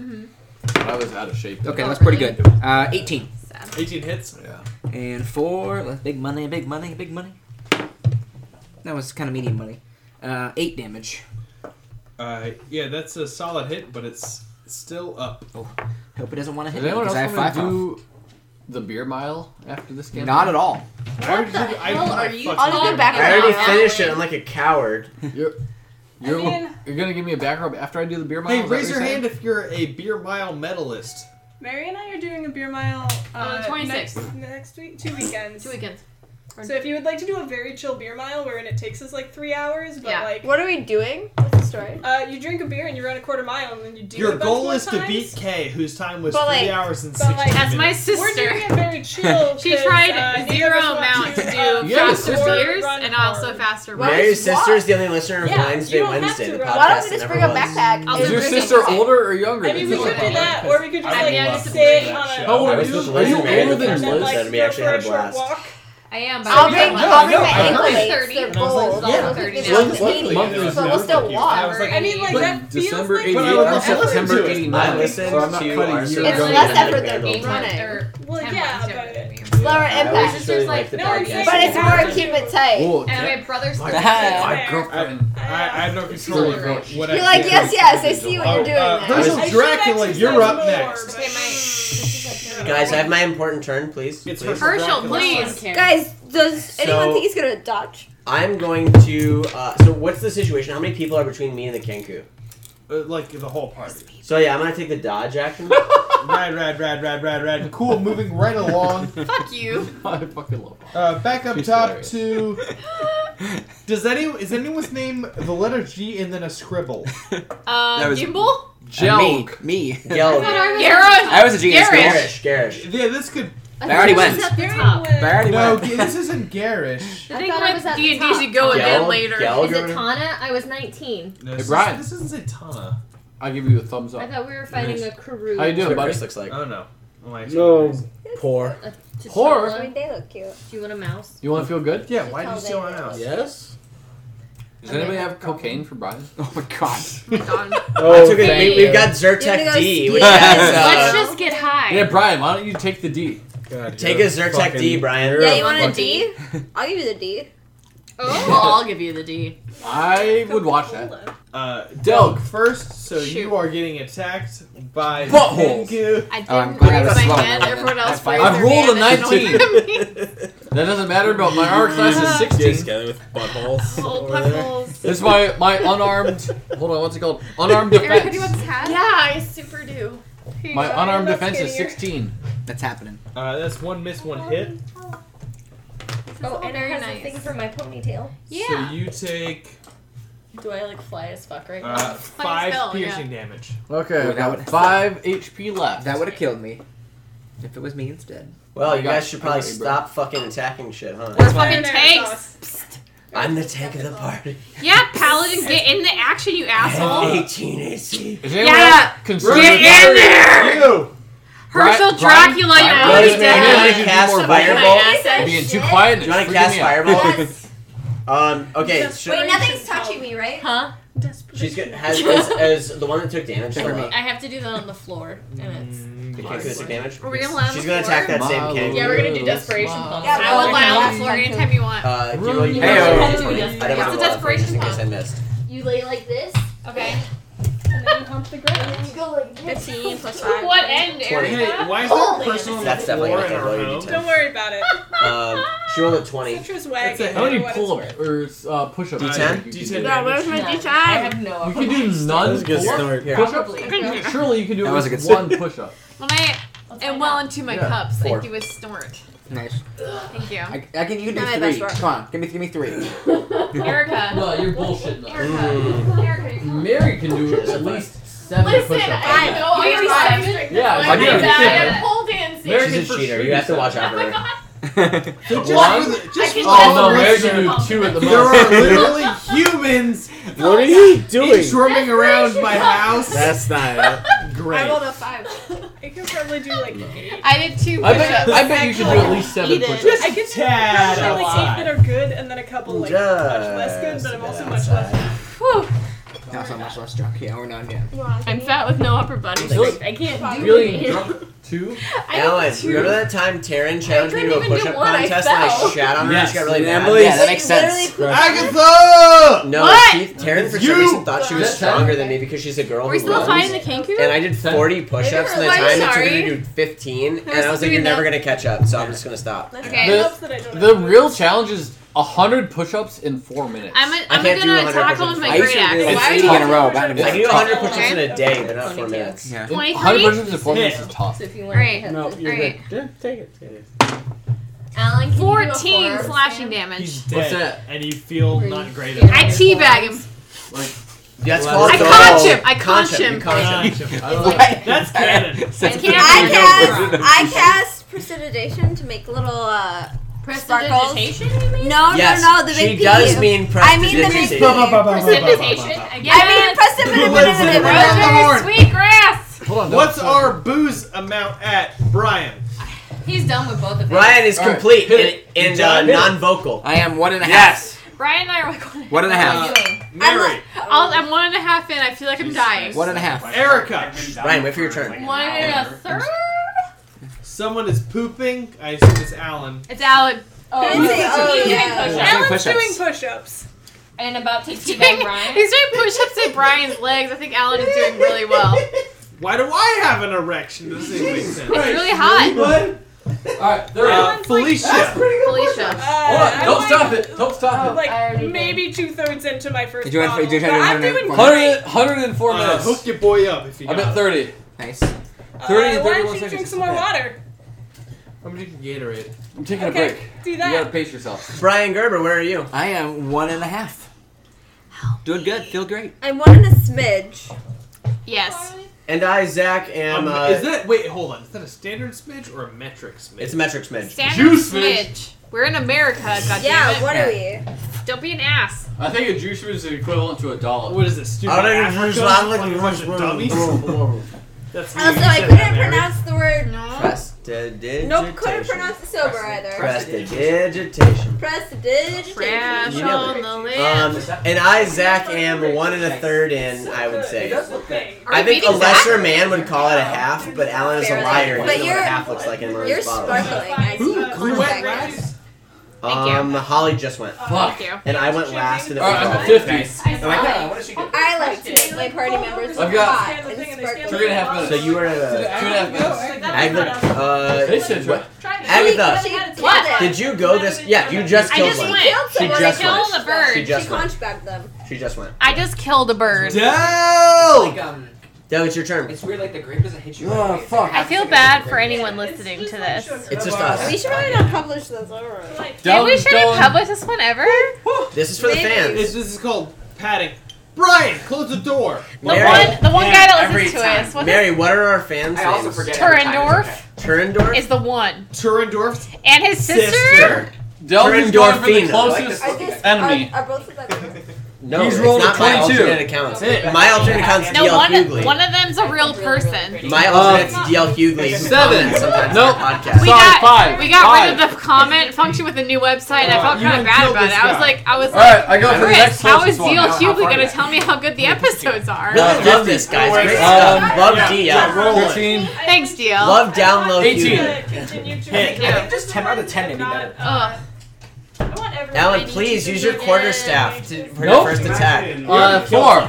But I was out of shape. Okay, that's pretty good. Uh, 18. Sad. 18 hits. Yeah. And four. That's Big money, big money, big money. That was kind of medium money. Uh, eight damage. Uh, yeah, that's a solid hit, but it's still up. Hope it doesn't want to hit Does me anyone because else I have want five to health. do the beer mile after this game? Not at all. Why would you- I the hell are you fucking- talking about? I already finished it. I'm like a coward. You're, I mean- you're gonna give me a back rub after I do the beer mile. Hey, Is that raise what your you're saying? hand if you're a beer mile medalist. Mary and I are doing a beer mile uh, On the 26th. next, next week, two weekends. Two weekends. So if you would like to do a very chill beer mile wherein it takes us like three hours, but Yeah. like What are we doing? What's the story? uh, you drink a beer and you run a quarter mile and then you do it Your a bunch goal more is to times. beat K, whose time was But, three like- hours and but, sixteen like- That's my minutes. We're doing sister. it very chill. She 'cause, tried uh, neither zero of us amount want to uh, do Yeah, faster run beers hard. and also faster Why runs. Mary's is what? sister is the only listener of Yeah, Wednesday you don't have Wednesday, to the run. podcast. Why Why don't we just that bring a never was. backpack? I'll Is and your Bring bring sister it back? older or youugger? I mean, we Is it could do older? that, or we could just I like would love to stay play that on a. show. How old I are was you? supposed to Are you listen to Mary older the than first time, Like, Liz? but we go actually for had a short blast. walk. I am. But I'll I'm bring, not- no, I'll bring no, my I ankle heard. weights. They're And I was like, gold. yeah. Those would be It's down like to what- 80, month is But that? we'll still Fuck you. I walk. was like, I mean, like But that feels December like 88 But I would and love to listen to September it. 89. I listened so I'm not to cutting our you survey. It's down. less effort than Bandle being time. running. Or Well, 10 yeah, runs but- different. Slower I always impact. just It's really just liked the like- No, I'm podcast. saying- But it's more keep it tight. Whoa, And my brother's My- sister. Oh, my girlfriend. Uh, I, I have no control over Right. what I You're like, do. yes, yes, I see what Oh, you're doing uh, now. Virgil I should Dracula, exercise you're up more, next. but- Guys, I have my important turn, please. It's please. her- Herschel, please. Guys, does anyone So- think he's gonna dodge? I'm going to. Uh, so, what's the situation? How many people are between me and the Kenku? Uh, like the whole party. So, yeah, I'm going to take the dodge action. Rad, rad, rad, rad, rad, rad. Cool, moving right along. Fuck you. I fucking love her. Uh, back up She's top hilarious. to. Does any is anyone's name the letter G and then a scribble? Uh, was- Gimbal? Jelk. And Me. me. Yell. I was a genius. Garish. man. Garish, Garish. Yeah, this could I already went. At the top. But I already no. went. g- This isn't garish. The I thing thought I with was at the D&D top. should go again Yell, lager. yell. Is it Tana? I was 19. No, Hey, this, Brian. Is, this isn't Zatanna. I give you a thumbs I up. thought we were fighting a crew. How you That's doing, what buddy? Chris looks like. Oh no. Oh, my No. experience. Poor. To Horror? I mean, Shola. they look cute. Do you want a mouse? You want to feel good? Yeah. Should Why did tell you steal my they- mouse? Yes. Does anybody have cocaine for Brian? Oh my god. Oh my god. Oh, That's okay. We, Hey. have got You're gonna Zyrtec go D, ski. which has. Uh, Let's just get high. Yeah, Brian, why don't you take the D? God, take a you're Zyrtec fucking- D, Brian. Yeah, you want a Monkey. D? I'll give you the D. Oh, well, I'll give you the D. I would watch that. Uh, Delg. Delg first, so Shoot. you are getting attacked by Buttholes. Tengu. I didn't Oh, I'm raise glad I was slow my on hand. that. Everyone else That's fine. raised I've their rolled a hand. That's annoying to me. That doesn't matter, but my R class is 16. together with buttholes. Little puzzles. It's my, my unarmed. Hold on, what's it called? Unarmed Erica, do you defense. want this hat? Yeah, I super do. Here you My go, I unarmed love defense is skinnier. 16. That's happening. Uh, that's one miss, one hit. Oh, and it has a thing for my ponytail. So you take Do I like fly as fuck right uh, five spell, yeah. piercing damage. Okay, Ooh, I've that got would- five HP left. That would have killed me if it was me instead. Well, I you got- guys should I probably got you, bro. stop fucking attacking shit, huh? We're fucking tanks. I'm the tank of the party. Yeah, paladin, get in the action, you asshole. 18 AC. Is anyone Yeah. else concerned Get with in that? You! Herschel Dracula, Brian- Brian- you're Brian- already Brian- dead. Brian- wanna Brian- cast Brian- Fireball? Brian- Yes. Being too quiet and Do you want freaking to cast me out. fireball? um. Okay. Just Should, Wait, nothing's touching me, right? Huh? she's good. Has is, is the one that took damage. I Still up? have to do that on the floor, and it's. Mm. Okay, good disadvantage. Are we gonna allow She's the gonna attack floor? that same king. Yeah, we're gonna do desperation pump. Yeah, I will lie on the floor anytime you want. Uh, do you roll your I Hey, oh. didn't want to It's a roll that for you just in desperation case I missed. You lay like this, Okay. and then you hump the ground. You go like this. 15 plus five. What end, Twenty. Erica? Hey, why is there a Holy person on the That's definitely floor not in gonna our roll you room? do Don't worry about it. Um, she rolled a twenty. Citra's That's wagging. it. How many for what it's pull worth. up or uh, push up? D10? You D10. No, where's my No, D10? I have no can do That none was a good pull start. Push up? Probably. Surely you can do That at was a least good one push up. Well, my, and well into my Yeah. cups, Four. I do a snort. Nice. Thank you. I, I can. You Not my can do best three. work. Come on, give me, give me three. Erica. No, you're bullshitting us. Erica. Erica. you're- Mary can do at least seven Listen, push ups. I know You're I'm right. seven. Yeah, I'm I do. bad at pole dancing. Mary She's can a for cheater. sure You have to do watch seven. out for her. One? I can Oh no, just- Mary can do two at the There are most. literally humans What are you doing? swarming around my house. That's not it. great. I rolled a five. I could probably do like eight. I did two I bet, push-ups. I bet you should do at least seven Eat it. push ups. Just I could do tad probably like eight alive. that are good, and then a couple like much less good, but I'm also much less. Whew. Now so much less drunk. Yeah, we're not yet. I'm fat with no upper body strength. I can't do Feeling it. drunk too? I Alan, have two. remember that time Taryn challenged me to couldn't a even do push-up one, I contest and fell. I shat on her and Yes, she got really and mad? Emily- Yeah, that makes sense. Literally, Agatha! No, What? she, Taryn for You- some reason thought she was Is that stronger than me because she's a girl We're who still runs. fighting the Kanku? and I did 40 push-ups in the I'm time it took her sorry. to do 15, and I still was like, doing "You're never that. gonna catch up," so I'm just gonna stop. Okay. The- Helps that I don't The have- real challenge is 100 push ups in four minutes. I'm, a, I I'm can't do gonna 100% tackle with I my used great to do axe. it. It's Why are eight you in a row. That I makes can do sense. 100 push-ups in a day, but not four Twenty-two. minutes. Yeah. 100 push 23? ups in four minutes is tough. So if you want Alright. to No, you're Alright. good. Yeah, take it. Take it. Alan, can you do a 14 horror slashing stand? damage. He's dead, What's that? and you feel Three. not great Yeah. at I teabag him. Like, That's I called conch the- him, I conch you him. conch all. I don't know. That's canon. I can't. I I cast, I cast prestidigitation to make little. uh... Sparkles. Prestidigitation? No, Yes, no, no, the big she does PU. mean I mean the big prestidigitation. PU. I Precipitation? I guess. mean Listen, prestidigitation. Horn. Rogers, sweet grass! Hold on. no, What's hold on. our booze amount at, Brian? He's done with both of them. Ryan is All right, complete hit it. and, and You uh, done? Hit it. non-vocal. I am one and a half. Yes. Brian and I are like, what One and a half. Mary, I'll, I'm one and a half in. I feel like I'm dying. One and a half. Erica. Ryan, wait for your turn. One and a third? Someone is pooping. I assume it's Alan. It's Alan. Can I say- oh, He's yeah. doing push-ups Doing Alan's push-ups. doing push-ups. and about to He's doing teabag Ryan. push-ups at Brian's legs. I think Alan is doing really well. It's Why do I have an erection? This doesn't make sense. really hot. Alright, there Uh, it is. Felicia. Uh, Felicia. Hold on. I'm Don't like- stop it. Don't stop it. Like I already did. maybe two thirds into my first Did you wanna- bottle, did you try but to I'm do doing 104? 100, 104 Uh, minutes. hook your boy up if you I'm got at it. 30. Nice. uh, 30 and Why don't 31 you seconds. drink some more water? I'm drinking Gatorade. I'm taking a Okay, break. do You gotta that. pace yourself. Brian Gerber, where are you? I am one and a half. Doing good. Feel great. I'm one in a smidge. Yes. And I, Zach, Um, am. uh, is that wait? Hold on. Is that a standard smidge or a metric smidge? It's a metric smidge. Standard Juice smidge. We're in America, goddammit. Yeah, what are we? Don't be an ass. I think a juice is equivalent to a dollar. What is this? Stupid I don't even Africa? understand. Like a bunch of dummies? That's me. Also, You I said couldn't that, Mary. pronounce the word. No. Prestidigitation. Nope, couldn't pronounce the sober either. Prestidigitation. Prestidigitation. Trash You know on the Um, list. and I, Zach, am one and a third in, I would say. That's the thing. Are I we think a beating Zach? lesser man would call it a half, but Alan is a liar. He doesn't know But what a you're- half looks like in You're Murray's bottle. sparkling. I see Who- you. who Who went Perfect. last? Thank you. Oh, Um, Holly just went. Thank you. And I went last in the Alright, I'm overall. at Oh 50. my God, what did she do? I like to make my party members I've got- hot Stand the and thing and they sparkling. stand Three and a half minutes. So you were at a. Two and a half minutes. Agatha, uh, They said what? Agatha, She- she What? killed it. did you go this? Yeah, you just I killed just one. went. Killed She someone. just Killed went. the bird. She She just went. hunchbacked them. She just went. I just killed a bird. Dell. Like um, No, it's your turn. It's weird, like the grape doesn't hit you. Oh, fuck. I I feel bad for anyone listening to this. It's just us. We should probably not publish this. Over. Maybe we Dumb, shouldn't dumb. publish this one ever. This is for the Maybe. fans. This, this is called padding. Brian, close the door. The one, the one guy that listens to us. What Mary, what are our fans? I also names? forget every time, Turandorf? it's Turandorf. is, is the one. Turandorf's And his sister. Turandorfina. Are, are both of them? No, He's it's rolled a not my 22. alternate account. That's it. My alternate account's No, DL one, Hughley. one of them's a real person. my alternate's DL Hughley. who Um, Seven. comments Sometimes Nope. on the podcast. We got, we got rid of the comment function with a new website. and I Uh, felt you kind done of bad killed about this it. I was guy. like, I was All like, right, I go for the Chris, next how is closest one. DL How- how Hughley far going to back? tell me how good the episodes are? Uh, Love, love this, guys. Great Um, stuff. Love yeah. DL. Roll it. 13. Thanks, DL. Love download Eighteen. Hughley. I think just 10 out of 10 would be better. Ugh. Alan, please use your quarter staff to, for your Nope. first attack. Uh, four.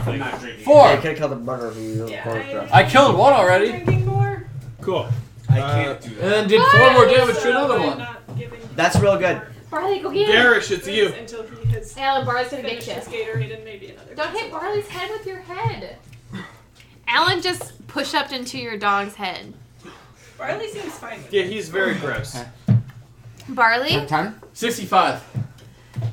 Four. Yeah, I could have killed a murder from your quarterstaff. I killed one Oh already. Cool. I Uh, can't do And then did four more damage to another one. That's real good. Barley, go get him. Garish, it's you. Until he has Alan, Barley's gonna get finished his you. Gatorade and maybe another. Don't hit Barley's head with your head. Alan just push up into your dog's head. Barley seems fine with Yeah, he's very gross. Barley? Time? Sixty-five.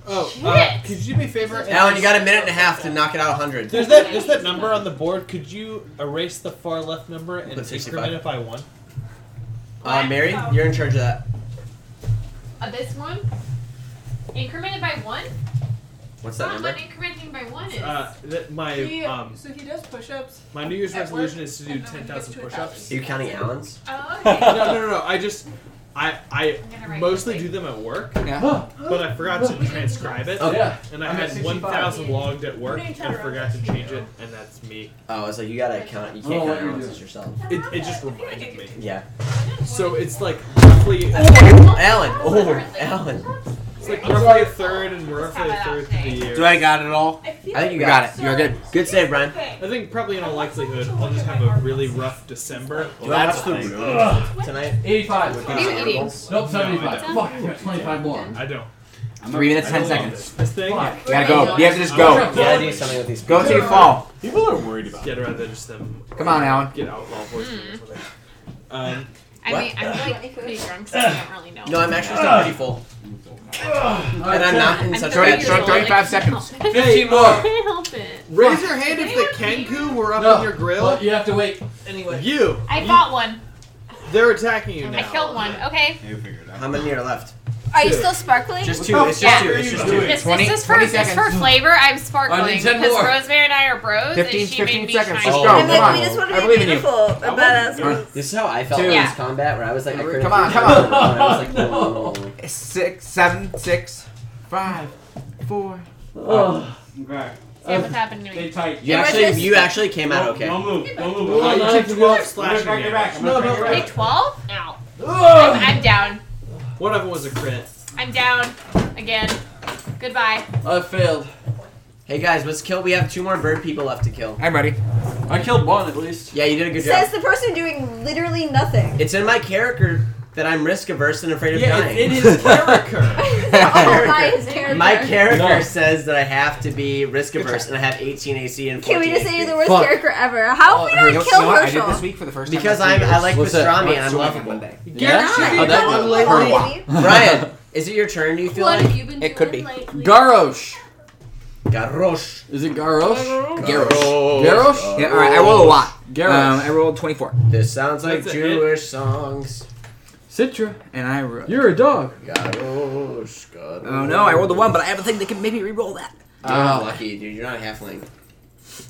Oh, uh, could you do me a favor? and Alan, you just- got a minute and a half to knock it out 100. There's that. There's that number on the board. Could you erase the far left number and Put 65. increment it by one? Uh, Mary, you're in charge of that. Uh, this one? Incremented by one? What's that Not number? what incrementing by one is. Uh, that my um, so he does push-ups. my New Year's at work, resolution is to do and then when ten he gets to thousand a push-ups. Are you counting Alan's? Oh, no, okay. no, no, no. I just, I, gonna I write mostly do them at work, Yeah. but I forgot to transcribe it, Oh, yeah. and I I'm at had 65. one thousand logged at work, What are you and I talking forgot to change it, and that's me. Oh, I was like, you gotta count. You Oh, can't what count you Alan's do. it's yourself. It, it just reminded me. Yeah. So it's like roughly, Alan. Oh, Alan. it's like roughly a third, and we're roughly a third through the year. Do I got it all? I feel I like think you We got, got it. You are good. Good save, Brian. I think probably in all likelihood, I'll just have a really rough December. Do I that's have the ice rule. cream tonight? Eighty-five. Would What are you be eating? terrible. Nope. No, I Seventy-five. don't. Fuck. I got Twenty-five more. I don't. Three minutes, I ten don't love seconds. This, this thing. Fuck. You gotta go. You have to just go. Yeah, I do something with these. Go till you fall. People are worried about. Get rather just them. Come on, Alan. Get outlaw voice or something. Um, I What? mean, I'm like pretty drunk, so I don't really know. No, I'm actually still pretty full. And I'm not in I'm such a thirty bad Thirty- years thir- old, shape. I 35 can't seconds. help it. Fifteen I more. can't help it. raise your hand if the Kenku were up in your grill. But you have to wait anyway. You, I got one. they're attacking you I now. killed one. Okay. You figure it out. How many are left? Are you still sparkling? Just two. It's just two. It's just two. This, 20 this is for, 20 this is for seconds. flavor. I'm sparkling. I need 10 because more. Rosemary and I are bros, 15, and she made 15 me seconds. shine. Let's go. Oh. I'm Come like, on. we just want I to be believe in you. beautiful about us. This is how I felt in Yeah. this combat, where I was like, I couldn't. Come on, figure come on. it out. And I was like, oh. Six, seven, six, five, four. Okay. Sam, what's happened to me? tight. You Yeah, actually, just- you actually came out okay. Don't move. Don't move. Uh, you took 12 slashing Get back. damage. I'm gonna crack your Take back. 12? Ow. I'm, I'm down. One of them was a crit. I'm down. Again. Goodbye. I failed. Hey guys, let's kill. We have two more bird people left to kill. I'm ready. I killed one at least. Yeah, you did a good job. Says the person doing literally nothing. It's in my character that I'm risk averse and afraid of Yeah, dying. it, it is character. All by his character. My character No. says that I have to be risk averse and I have 18 AC and 14 Can we just say HP. you're the worst Fuck. character ever? Oh, How Uh, have we you know not you know killed what I did this Herschel? week for the first Because time. I'm I like What's pastrami that? and I'm lovable. Garrett should be Oh, that gone one. lately. Maybe. Brian, is it your turn? Do you feel What like have you been It doing could be. lately? Garosh. Garrosh? Is it Oh, Garosh? Garrosh. Garosh. Yeah, all right. I rolled a lot. Garrosh. Um, I rolled 24, This sounds like That's a hit. Jewish songs. Citra. and I rolled. You're a dog. Garrosh, Garrosh. Oh no, I rolled a one, but I have a thing that can maybe re-roll that. You're Oh. not lucky, dude. You're not a halfling.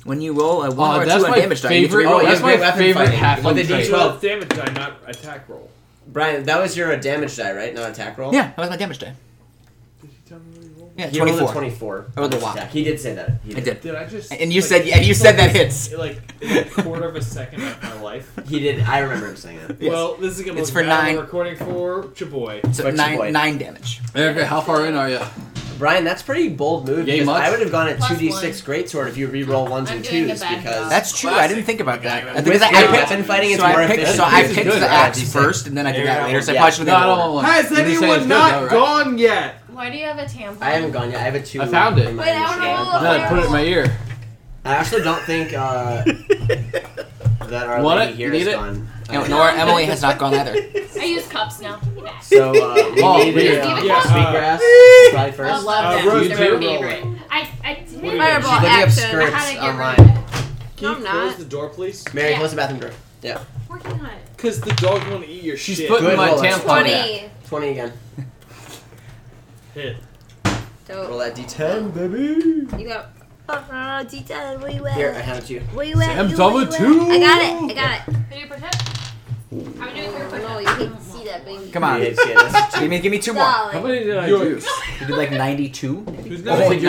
When you roll a one Oh, or a that's two on my damage die, you get to favorite- re-roll. Oh, it. that's you have my great weapon favorite fighting. With halfling the trait. D12. Twelve damage die, not attack roll. Brian, that was your uh, damage die, right? Not attack roll? Yeah, that was my damage die. Yeah, He rolled 24. a 24. I rolled a on his lot. attack. He did say that. He I did. did. Did I just? And you said- and you said that hits. Like a quarter of a second of my life. He did. I remember him saying that. Yes. Well, this is gonna It's look for bad on nine. the recording for Chaboy. So Flexible nine, blade. nine damage. Okay, how far in are you? Brian, that's pretty bold move. Yay, because much. I would have gone at Plus two d six greatsword if you re-roll ones I'm and doing the twos bad because job. That's true. I didn't think about that. I think With that great I picked, weapon fighting, it's so more I picked, efficient. so I This is picked good, the right? axe These first, and then I did Yeah, that later. So I yeah. probably should No, I don't want have one. Has You say it's anyone good, not though, right? gone yet? Why do you have a tampon? I haven't gone yet. I have a two. I found it. in my Wait, I hand. wanna roll No, I put it in my ear. I actually don't think. Uh, that our Want lady it? here Need is it? gone. No, Nora Emily has not gone either. I use cups now. Give me that. So, uh, we Oh, need weird. a, Yeah, yeah, uh, sweetgrass, probably first. I Uh, love that. Rose, They're you my do? favorite. I, I did What are you doing? She's looking up skirts I had to get rid of online. it. No, I'm Close not. the door, please. Mary, close the bathroom door. Yeah. Working on it. Because the dog's want to eat your shit. Good roll that. Twenty. Twenty again. Hit. Dope. Roll that d10, baby. You got. Oh, no, no, D10. Where you at? Here, I have it to you. Where you at? Sam, you, double where you at? two. I got it. I got it. Can you protect? I'm doing your Oh, no, protect. you can't see that, baby. Come on. Yeah, it's- yeah, that's- give me, give me two more. Solid. How many did I do? You did like 92? I think you're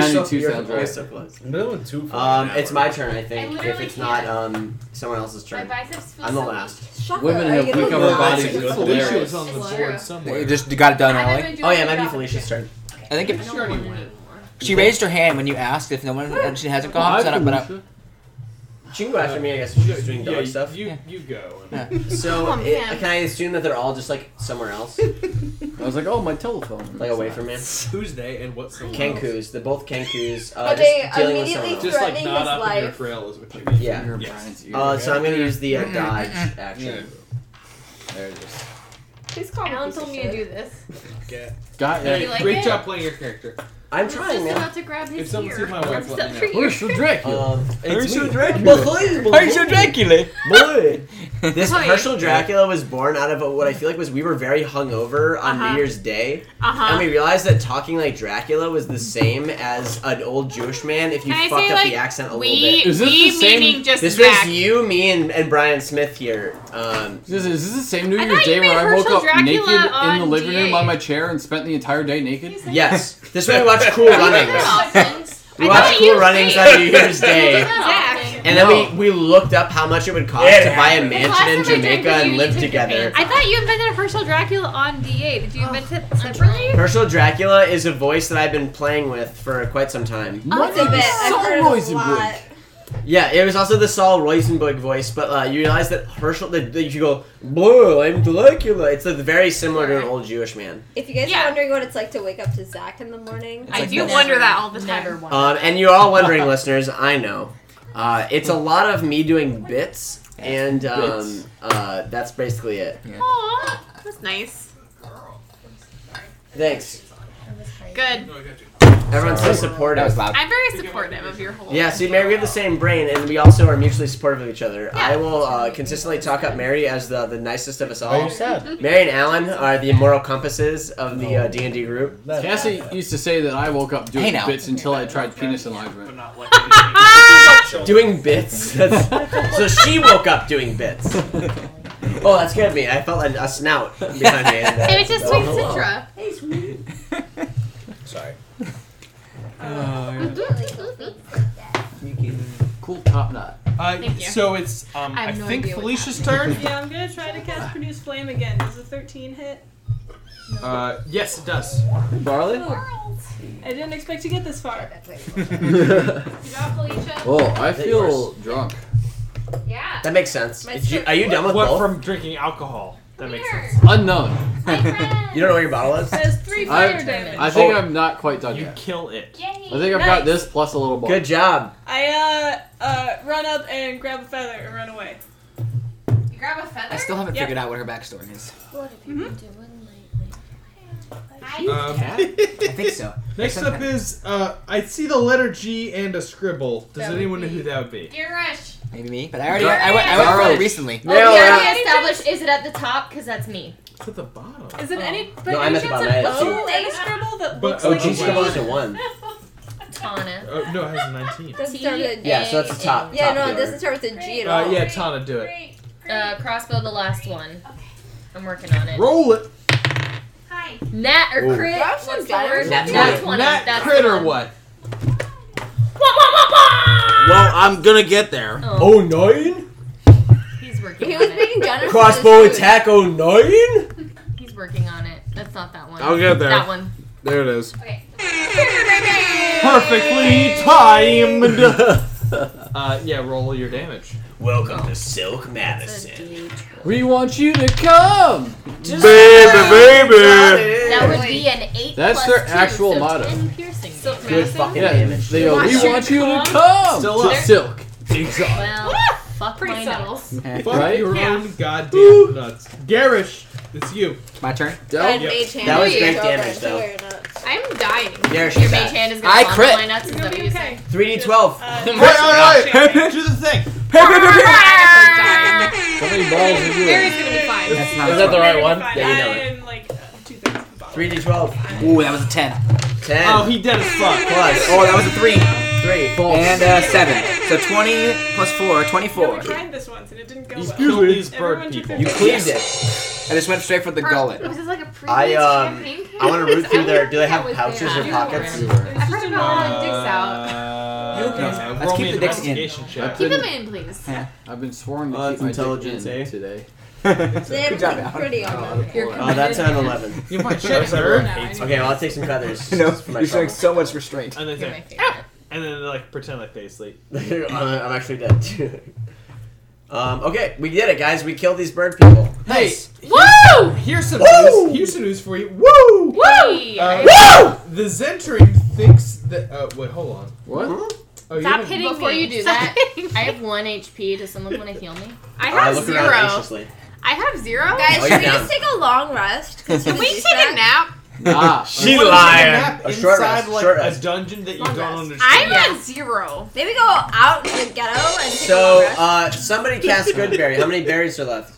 so, 92 you're always sounds right. so close. I'm doing two for Oh, Um, an it's hour. my turn, I I think. If literally it's not, um, someone else's My turn. biceps feel I'm the so last. Shut Women up. have Are you weak gonna- upper Yeah, bodies. it's- It's it's hilarious. on the It's board true. somewhere. You just you got it done, I've Emily. been doing Oh yeah, it it might be without- Felicia's turn. I think it, She already went. she raised her hand when you asked if no one if she hasn't gone. Set up, but up. She can go after me, I guess. if She's doing Yeah, dog stuff. You, you go. Yeah. So, Oh, it- man. can I assume that they're all just like somewhere else, I was like, oh, my telephone. like away from me? Who's they and what's the Kenkus. They're both Kenkus. Uh, Are just they dealing with immediately someone. Just else. like Threatening not his up in your life. frail is what you mean. Yeah. Yes. Uh, so I'm gonna use the uh, dodge action. There it is. Please call me. Alan told me to do shit. this. Okay. Got Do it. you like Great it? job playing your character. I'm I'm trying, just man. about to grab his If someone ear. sees my wife, let me Except for know. Where's you. your Dracula? Uh, Um, it's Herschel me. Dracula. Boy, Herschel Dracula. Boy. This Hi. Herschel Dracula was born out of what I feel like was we were very hungover on Uh-huh. New Year's Day, Uh-huh. and we realized that talking like Dracula was the same as an old Jewish man if you Can I fucked say, up like, the accent a little we, bit. Is this we the same- meaning just This Zach. was you, me, and, and Brian Smith here. Um, Is this, is this the same New I Year's thought you Day where meant I woke Herschel up Dracula naked in the on living room DA. on my chair and spent the entire day naked? yes, this way we watch Cool Runnings. Runnings. We watched Cool Runnings on New Year's Day. Zach. And then we, we looked up how much it would cost It to buy a happened. mansion in Last time I drank Jamaica with you, and you live took the together. pants I thought you invented Herschel Dracula on DA. Did you invent Oh, it separately? Herschel Dracula is a voice that I've been playing with for quite some time. What's a Might be bit? Saul I've heard it a lot. Rosenberg. Yeah, it was also the Saul Rosenberg voice, but uh, you realize that Herschel, that that you go, Whoa, I'm Dracula. It's like, very similar to an old Jewish man. If you guys Yeah. are wondering what it's like to wake up to Zach in the morning, I like do this. wonder that all the Never time. won. Um, and you're all wondering, listeners, I know. Uh, it's a lot of me doing bits, and um, uh, that's basically it. Aw, that's nice. Thanks. Good. Everyone's so supportive. That was loud. I'm very supportive of your whole. Yeah, see, Mary, we have the same brain, and we also are mutually supportive of each other. I will uh, consistently talk up Mary as the, the nicest of us all. sad? Mary and Alan are the moral compasses of the uh, D&D group. Cassie used to say that I woke up doing Hey, now. bits until I tried penis enlargement. Not like Doing bits. That's, so she woke up doing bits. Oh, that scared me. I felt like a snout behind me. and, uh, It was just oh, sweet hello. citra. Sorry. Uh, Cool top knot. Uh, Thank you. so it's um, I I, have no think idea what Felicia's turn. Yeah, I'm gonna try to cast produce flame again. Does a 13 hit? Uh, yes, it does. Barley? I didn't expect to get this far. Drop Alicia. Oh, I feel drunk. Yeah. That makes sense. My Did you- turn. are you done with What both? from drinking alcohol? That makes sense. Unknown. you don't know where your bottle is? Says three fire damage. I think Oh. I'm not quite done You yet. kill it. I think I've got this plus a little more. Good job. I uh uh run up and grab a feather and run away. You grab a feather. I still haven't Yep. figured out what her backstory is. What have you Mm-hmm. been doing lately? Um, I think so. next up is uh, I see the letter G and a scribble. Does That would anyone know be- who that would be? Garish. Maybe me, but I already I went, I went for it recently. Oh, we Nail it. already established. Is it at the top? Because that's me. Oh. To the bottom. Is it any but No, I any meant chance about an that. Oh, O and a scribble that But looks O like G a She's scribble still G? on to one. Tana. Uh, no, it has a 19. doesn't start with a J. Yeah, so that's the top. Yeah, top no, there. it doesn't start with a G at all. Uh, yeah, Tana, do it. Uh, crossbow, the last one. I'm working on it. Roll it. Nat or Ooh. crit? Gosh, What's the guys. word? Nat Nat twenty. 20. Nat That's crit the or one. what? Wah, wah, wah, wah! Well, I'm gonna get there. Oh, nine? he's working He on was it. being generous. with Crossbow his food. attack oh nine? He's working on it. That's not that one. I'll get there. That one. There it is. Okay. Perfectly timed. uh, yeah, roll your damage. Welcome to Silk Madison. We want you to come! Baby, baby! That would be an eight. That's plus their two, actual so motto. 10 piercing. So Good fucking Yeah, damage. they go, Want we you want to you to come?" come! Still to up. Silk. well, fuck Pretty my subtle. nuts. Fuck Right? your Yeah. own goddamn nuts. Garish, it's you. My turn. Yep. Oh, That was great damage, though. I'm dying. There she Your back. mage hand is gonna I vomit crit. my nuts. Is that what you say? 3d12. Do the thing. Mary's gonna be fine. That's not Is that the right one? Yeah, you know it. I'm like, 3d12. Ooh, that was a 10. 10. Oh, he dead as fuck. Plus. Oh, that was a 3. 3. And uh, 7. So 20 plus 4, 24. tried this once and it didn't go These well. people- these bird Everyone took people. their You turn. cleaved it. And this went straight for the gullet. Was this like a pre I, um, champagne? I want to root through their. Do they have was pouches or there. pockets? I've heard about all the dicks out. Uh, Let's roll keep me the an dicks in. investigation check. Keep them in, please. I've been sworn to Uh, keep it's my intelligence, eh? intelligence Oh, today. They have to be pretty on them. Oh, that's an 11. You might Shit, nerd. Okay, well, I'll take some feathers. No, for my you're showing trouble. so much restraint. And then, You're say, my favorite. Ah! and then like pretend like they sleep. I'm I'm actually dead too. Um, okay, we did it, guys. We killed these bird people. Nice. Woo! Here's some Woo! news. Here's some news for you. Woo! Woo! Uh, The Zentry thinks that. Uh, wait, hold on. What? Oh, you Stop haven't- hitting Before me. you do Stop that, hitting I me. have one HP. Does someone want to heal me? I I have Uh, look around zero. anxiously. I have zero. Oh, Guys, you're should we down. just take a long rest? Can we take a nap? Ah. Nah. She What is liar. the map A short inside, rest, like, short rest. a dungeon that you Long don't rest. understand. I'm at zero. Maybe go out to the ghetto and take a long So, rest. uh, somebody cast Goodberry. How many berries are left?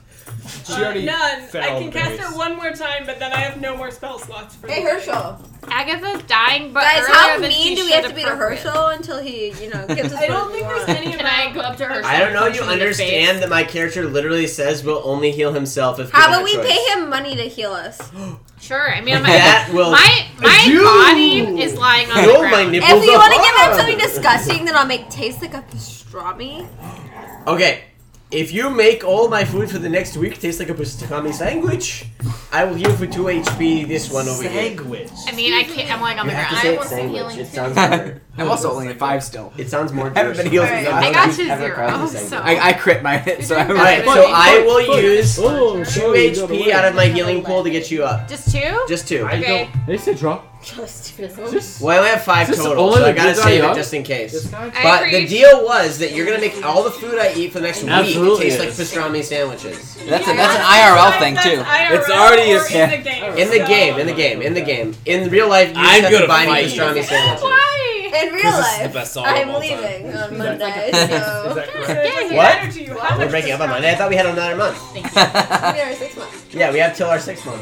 She Uh, already none. fell I can cast base. her one more time, but then I have no more spell slots for hey, the day. Herschel. Agatha's dying, but Guys, earlier how than she mean do we should have to be to appropriate. Herschel until he, you know, gives us I don't what we think want? there's any Can I go up to Herschel? I don't know. and You punch him in the face? understand that my character literally says we'll only heal himself if. How given about a we choice. pay him money to heal us? Sure. I mean, I'm That will. Ah. My my You- body is lying on the No, ground. my nipples If you are want to give him hard. something disgusting, then I'll make taste like a pastrami. Okay, if you make all my food for the next week taste like a pastrami sandwich, I will heal for two HP. This one over here. Sandwich. I mean, I can't. I'm lying on You the have to ground. I say want it's some sandwich. healing It too. sounds better. I'm also only at 5 still. It sounds more. haven't been Jewish. healed Alright. since I I was got like- to zero. So I, I crit my hit, so I doing was All right, like, so I will Fuck. use two Oh, no, you gotta HP wait. out of my healing pool to get you up. just two. Just two. I Okay. don't. They said drop. Just Just Well, I only have five Is this total, only so I the gotta good guy save it up? just in case. I But agree. the deal was that you're gonna make all the food I eat for the next Absolutely. week taste like pastrami sandwiches. that's, a, that's an IRL thing, too. It's already a- in the game. In the so- game, in the game, in the game. In real life, you I'm just have to gonna buy me fight you. pastrami sandwiches. Why? In real 'Cause this is the life, best song of I'm all leaving on Is that- Monday, Is so that So correct? it doesn't What? matter to you how We're much breaking up on pastrami- Monday. I thought we had another month. we are six months. Yeah, we have till our sixth month.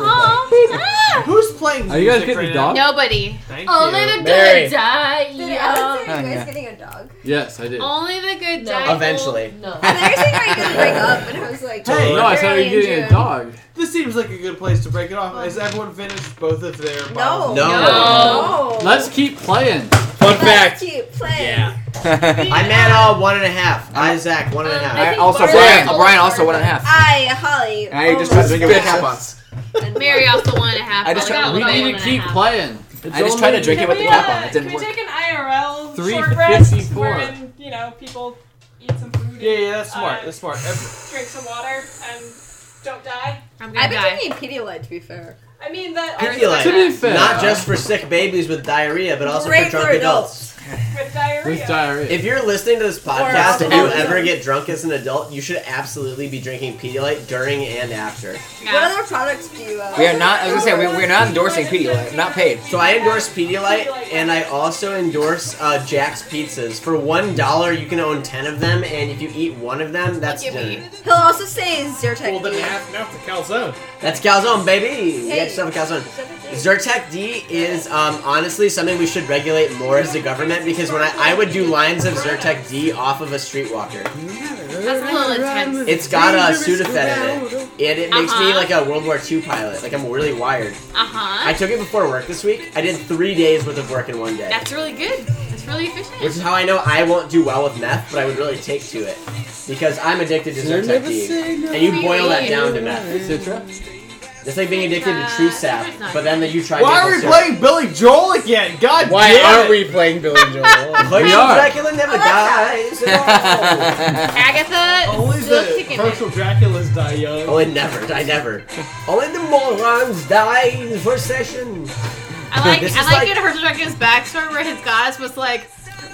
Oh, Who's playing? Are you guys music getting right the now? dog? Nobody. Thank Oh, Only you. the Mary. good die. Did Alex say Oh, you yeah. guys getting a dog? Yes, I did. Only the good No. die. Eventually. No. And they were saying are you gonna break up, and I was like, Hey, no, I saw you early in getting a June. dog. This seems like a good place to break it off. Has everyone finished both of their? No, bottles? No. no. Let's keep playing. Fun fact. Keep playing. Yeah. I'm at uh, one and a half. I'm Zach, one and a half. I also, Barley Brian, and Brian also Barley. 1.5. I, Holly. Oh, I just tried almost to drink it with a died. cap on. And Mary also one and a half. I just but tried- got We one need and to a keep half. playing. I just tried to drink it with the Can cap we, uh, on. It didn't can we work. take an IRL short 354. rest wherein, you know, people eat some food Yeah, and yeah, that's smart. Uh, That's smart. Every- drink some water and don't die? I'm gonna I've die. been drinking Pedialyte, to be fair. I mean, that Pedialyte. To be fair, Not just for sick babies with diarrhea, but also Great for drunk for adults. with diarrhea. with diarrhea. If you're listening to this podcast and you adults. ever get drunk as an adult, you should absolutely be drinking Pedialyte during and after. Yeah. What other products do you? Uh, We are not, I was going to say, we, we're not endorsing Pedialyte. Not paid. So I endorse Pedialyte, and I also endorse uh, Jack's Pizzas. For one dollar, you can own ten of them, and if you eat one of them, that's Give me. dinner. He'll also say Zyrtec. Well, then D. half now for calzone. That's calzone, baby. You Hey. got yourself a calzone. Zyrtec D is um, honestly something we should regulate more as the government because when I, I would do lines of Zyrtec D off of a streetwalker, That's a little intense. it's got a Sudafed in it, and it makes me Uh-huh. like a World War II pilot. Like I'm really wired. Uh huh. I took it before work this week. I did three days worth of work in one day. That's really good. That's really efficient. Which is how I know I won't do well with meth, but I would really take to it. Because I'm addicted to Zyrtec D. And you boil that down to meth. Citra? It's like being addicted to tree sap, but then you try Why are maple we syrup. playing Billy Joel again? God Why damn aren't it. we playing Billy Joel? But We are. Dracula never dies at Agatha Oh, Only is still the kicking it. Herschel Dracula's die young. all. Only Oh, never, I never. Only the morons die for session. I like This I is like, like- in Herschel Dracula's backstory where his goddess was like,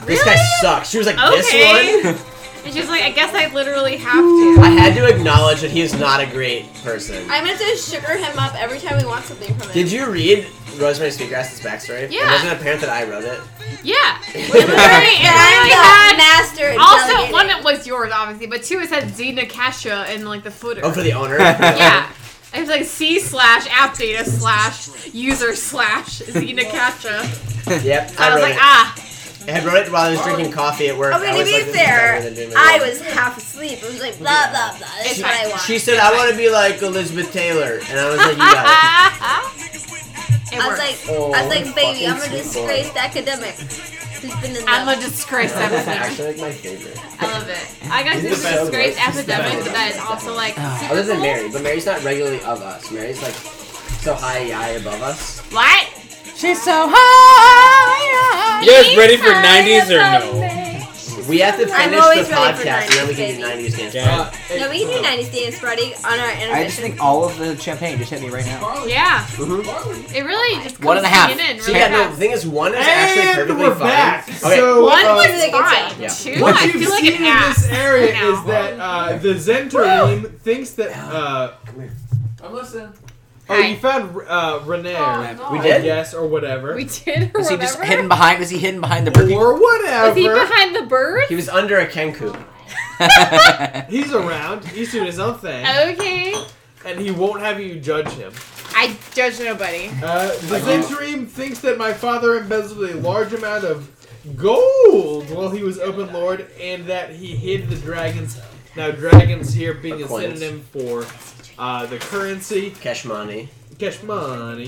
This guy sucks. She was like, okay, this one? And she's like, I guess I literally have to. I had to acknowledge that he is not a great person. I'm gonna have to sugar him up every time we want something from him. Did you read Rosemary Sweetgrass's backstory? Yeah. It wasn't apparent that I wrote it. Yeah. Right, It I'm literally the had- master at Oh Also, delegating. one it was yours, obviously, but two it said Zena Kasha in like the footer. Oh, for the owner? yeah. It was like C slash app data slash user slash Zena Kasha. yep. So I, I wrote was like, it. ah. I had wrote it while I was drinking coffee at work. Okay, I to was be like, this is fair, better than doing my I work. was half asleep. I was like, blah, blah, blah. That's what I want. She said, I want to be like Elizabeth Taylor. And I was like, you got I was like, I was like, baby, I'm a disgraced academic. Who's been in I'm love. a it. disgraced That's epidemic. actually like my favorite. I love it. I got to This be is so disgraced gross. epidemic, but that is also like Other super than cool. Mary, but Mary's not regularly of us. Mary's like so high high above us. What? She's so high. You guys ready for 90s or no? We have to I'm finish always the ready for podcast and then we can do 90s, 90s dance. Uh, No, we can do 90s dance party on our intermission. I just think all of the champagne just hit me right now. Yeah. Mhm. It really just comes One and a half. in So really yeah, no, fast. the thing is, one is actually And perfectly we're fine. back. Okay. So, One Oh, uh, was fine. Yeah. Two, What I you've feel like seen an in ass this area now. is that uh, the Zentarine thinks that. Uh, I'm listening. oh, you found uh, Renee. Oh, We did? Yes, or whatever. We did or Was he whatever. just hidden behind? Was he hidden behind the bird? Or Was he whatever. behind the bird? He was under a kenku. He's around. He's doing his own thing. Oh. Okay. And he won't have you judge him. I judge nobody. Uh, the Zentarim thinks that my father embezzled a large amount of gold while he was open lord, and that he hid the dragons. Now, dragons here being a Coins. synonym for uh, the currency, Cash money. cash money.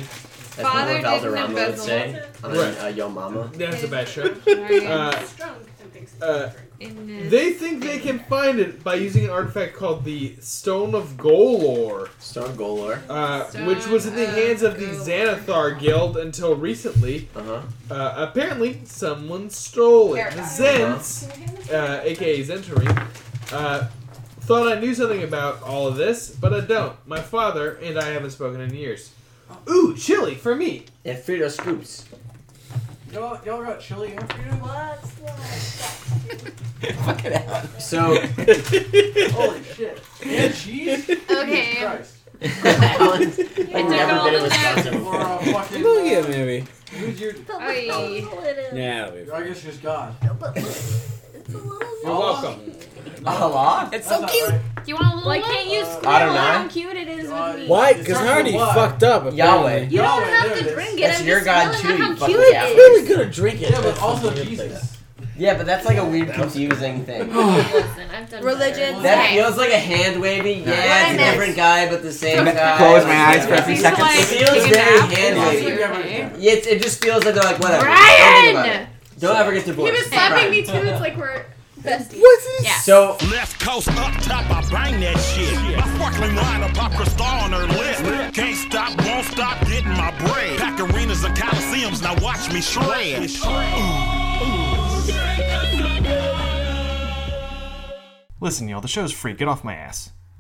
That's what Father Lord didn't Valderrama would embezzle. say on Right. uh, Yo Mama. That's a bad show. Right. Uh, uh, they think they can find it by using an artifact called the Stone of Golor. Stone Golor. Uh, which was in the hands of the Xanathar Guild until recently. Uh-huh. Uh, apparently, someone stole it. The Paradigm. Zents, Uh-huh. uh, aka Zentary, uh, thought I knew something about all of this, but I don't. My father and I haven't spoken in years. Oh. Ooh, chili for me. And Frito Scoops. Y'all, y'all got chili here for you? So, Holy shit. And cheese? Okay. Jesus Alan's like all never been the responsive. Christ. Or a fucking. uh, Look at maybe. Who's your. Oy. Yeah, I guess she's God. You're welcome. Hello? It's so cute. Do you want a little Why look? can't you squeal Uh, I don't know. how cute it is with Why? me? Why? 'Cause I already fucked up. Yahweh. You don't Yahweh, have there it to is. drink it. That's I'm your just god too, smelling you how fucking cute it asshole. is. gonna drink it. Yeah, but also Jesus. Yeah, but that's like a weird confusing thing. Listen, I've done Religion. That Okay. feels like a hand wavy. Yeah, it's a What I different guy, but the same Let me guy. close my eyes for a few He's seconds. like, It feels taking very naps. hand Yeah. wavy. Yeah, it's, it just feels like they're like, whatever. Don't, think about Brian! it. Don't ever get He divorced. was slapping me too. It's like we're besties. Yeah. So, Left coast up top, I bang that shit. My sparkling wine, I pop crystal on her list. Can't stop, won't stop getting my bread. Pack arenas and coliseums, now watch me shred. Listen, y'all, the show's free. Get off my ass.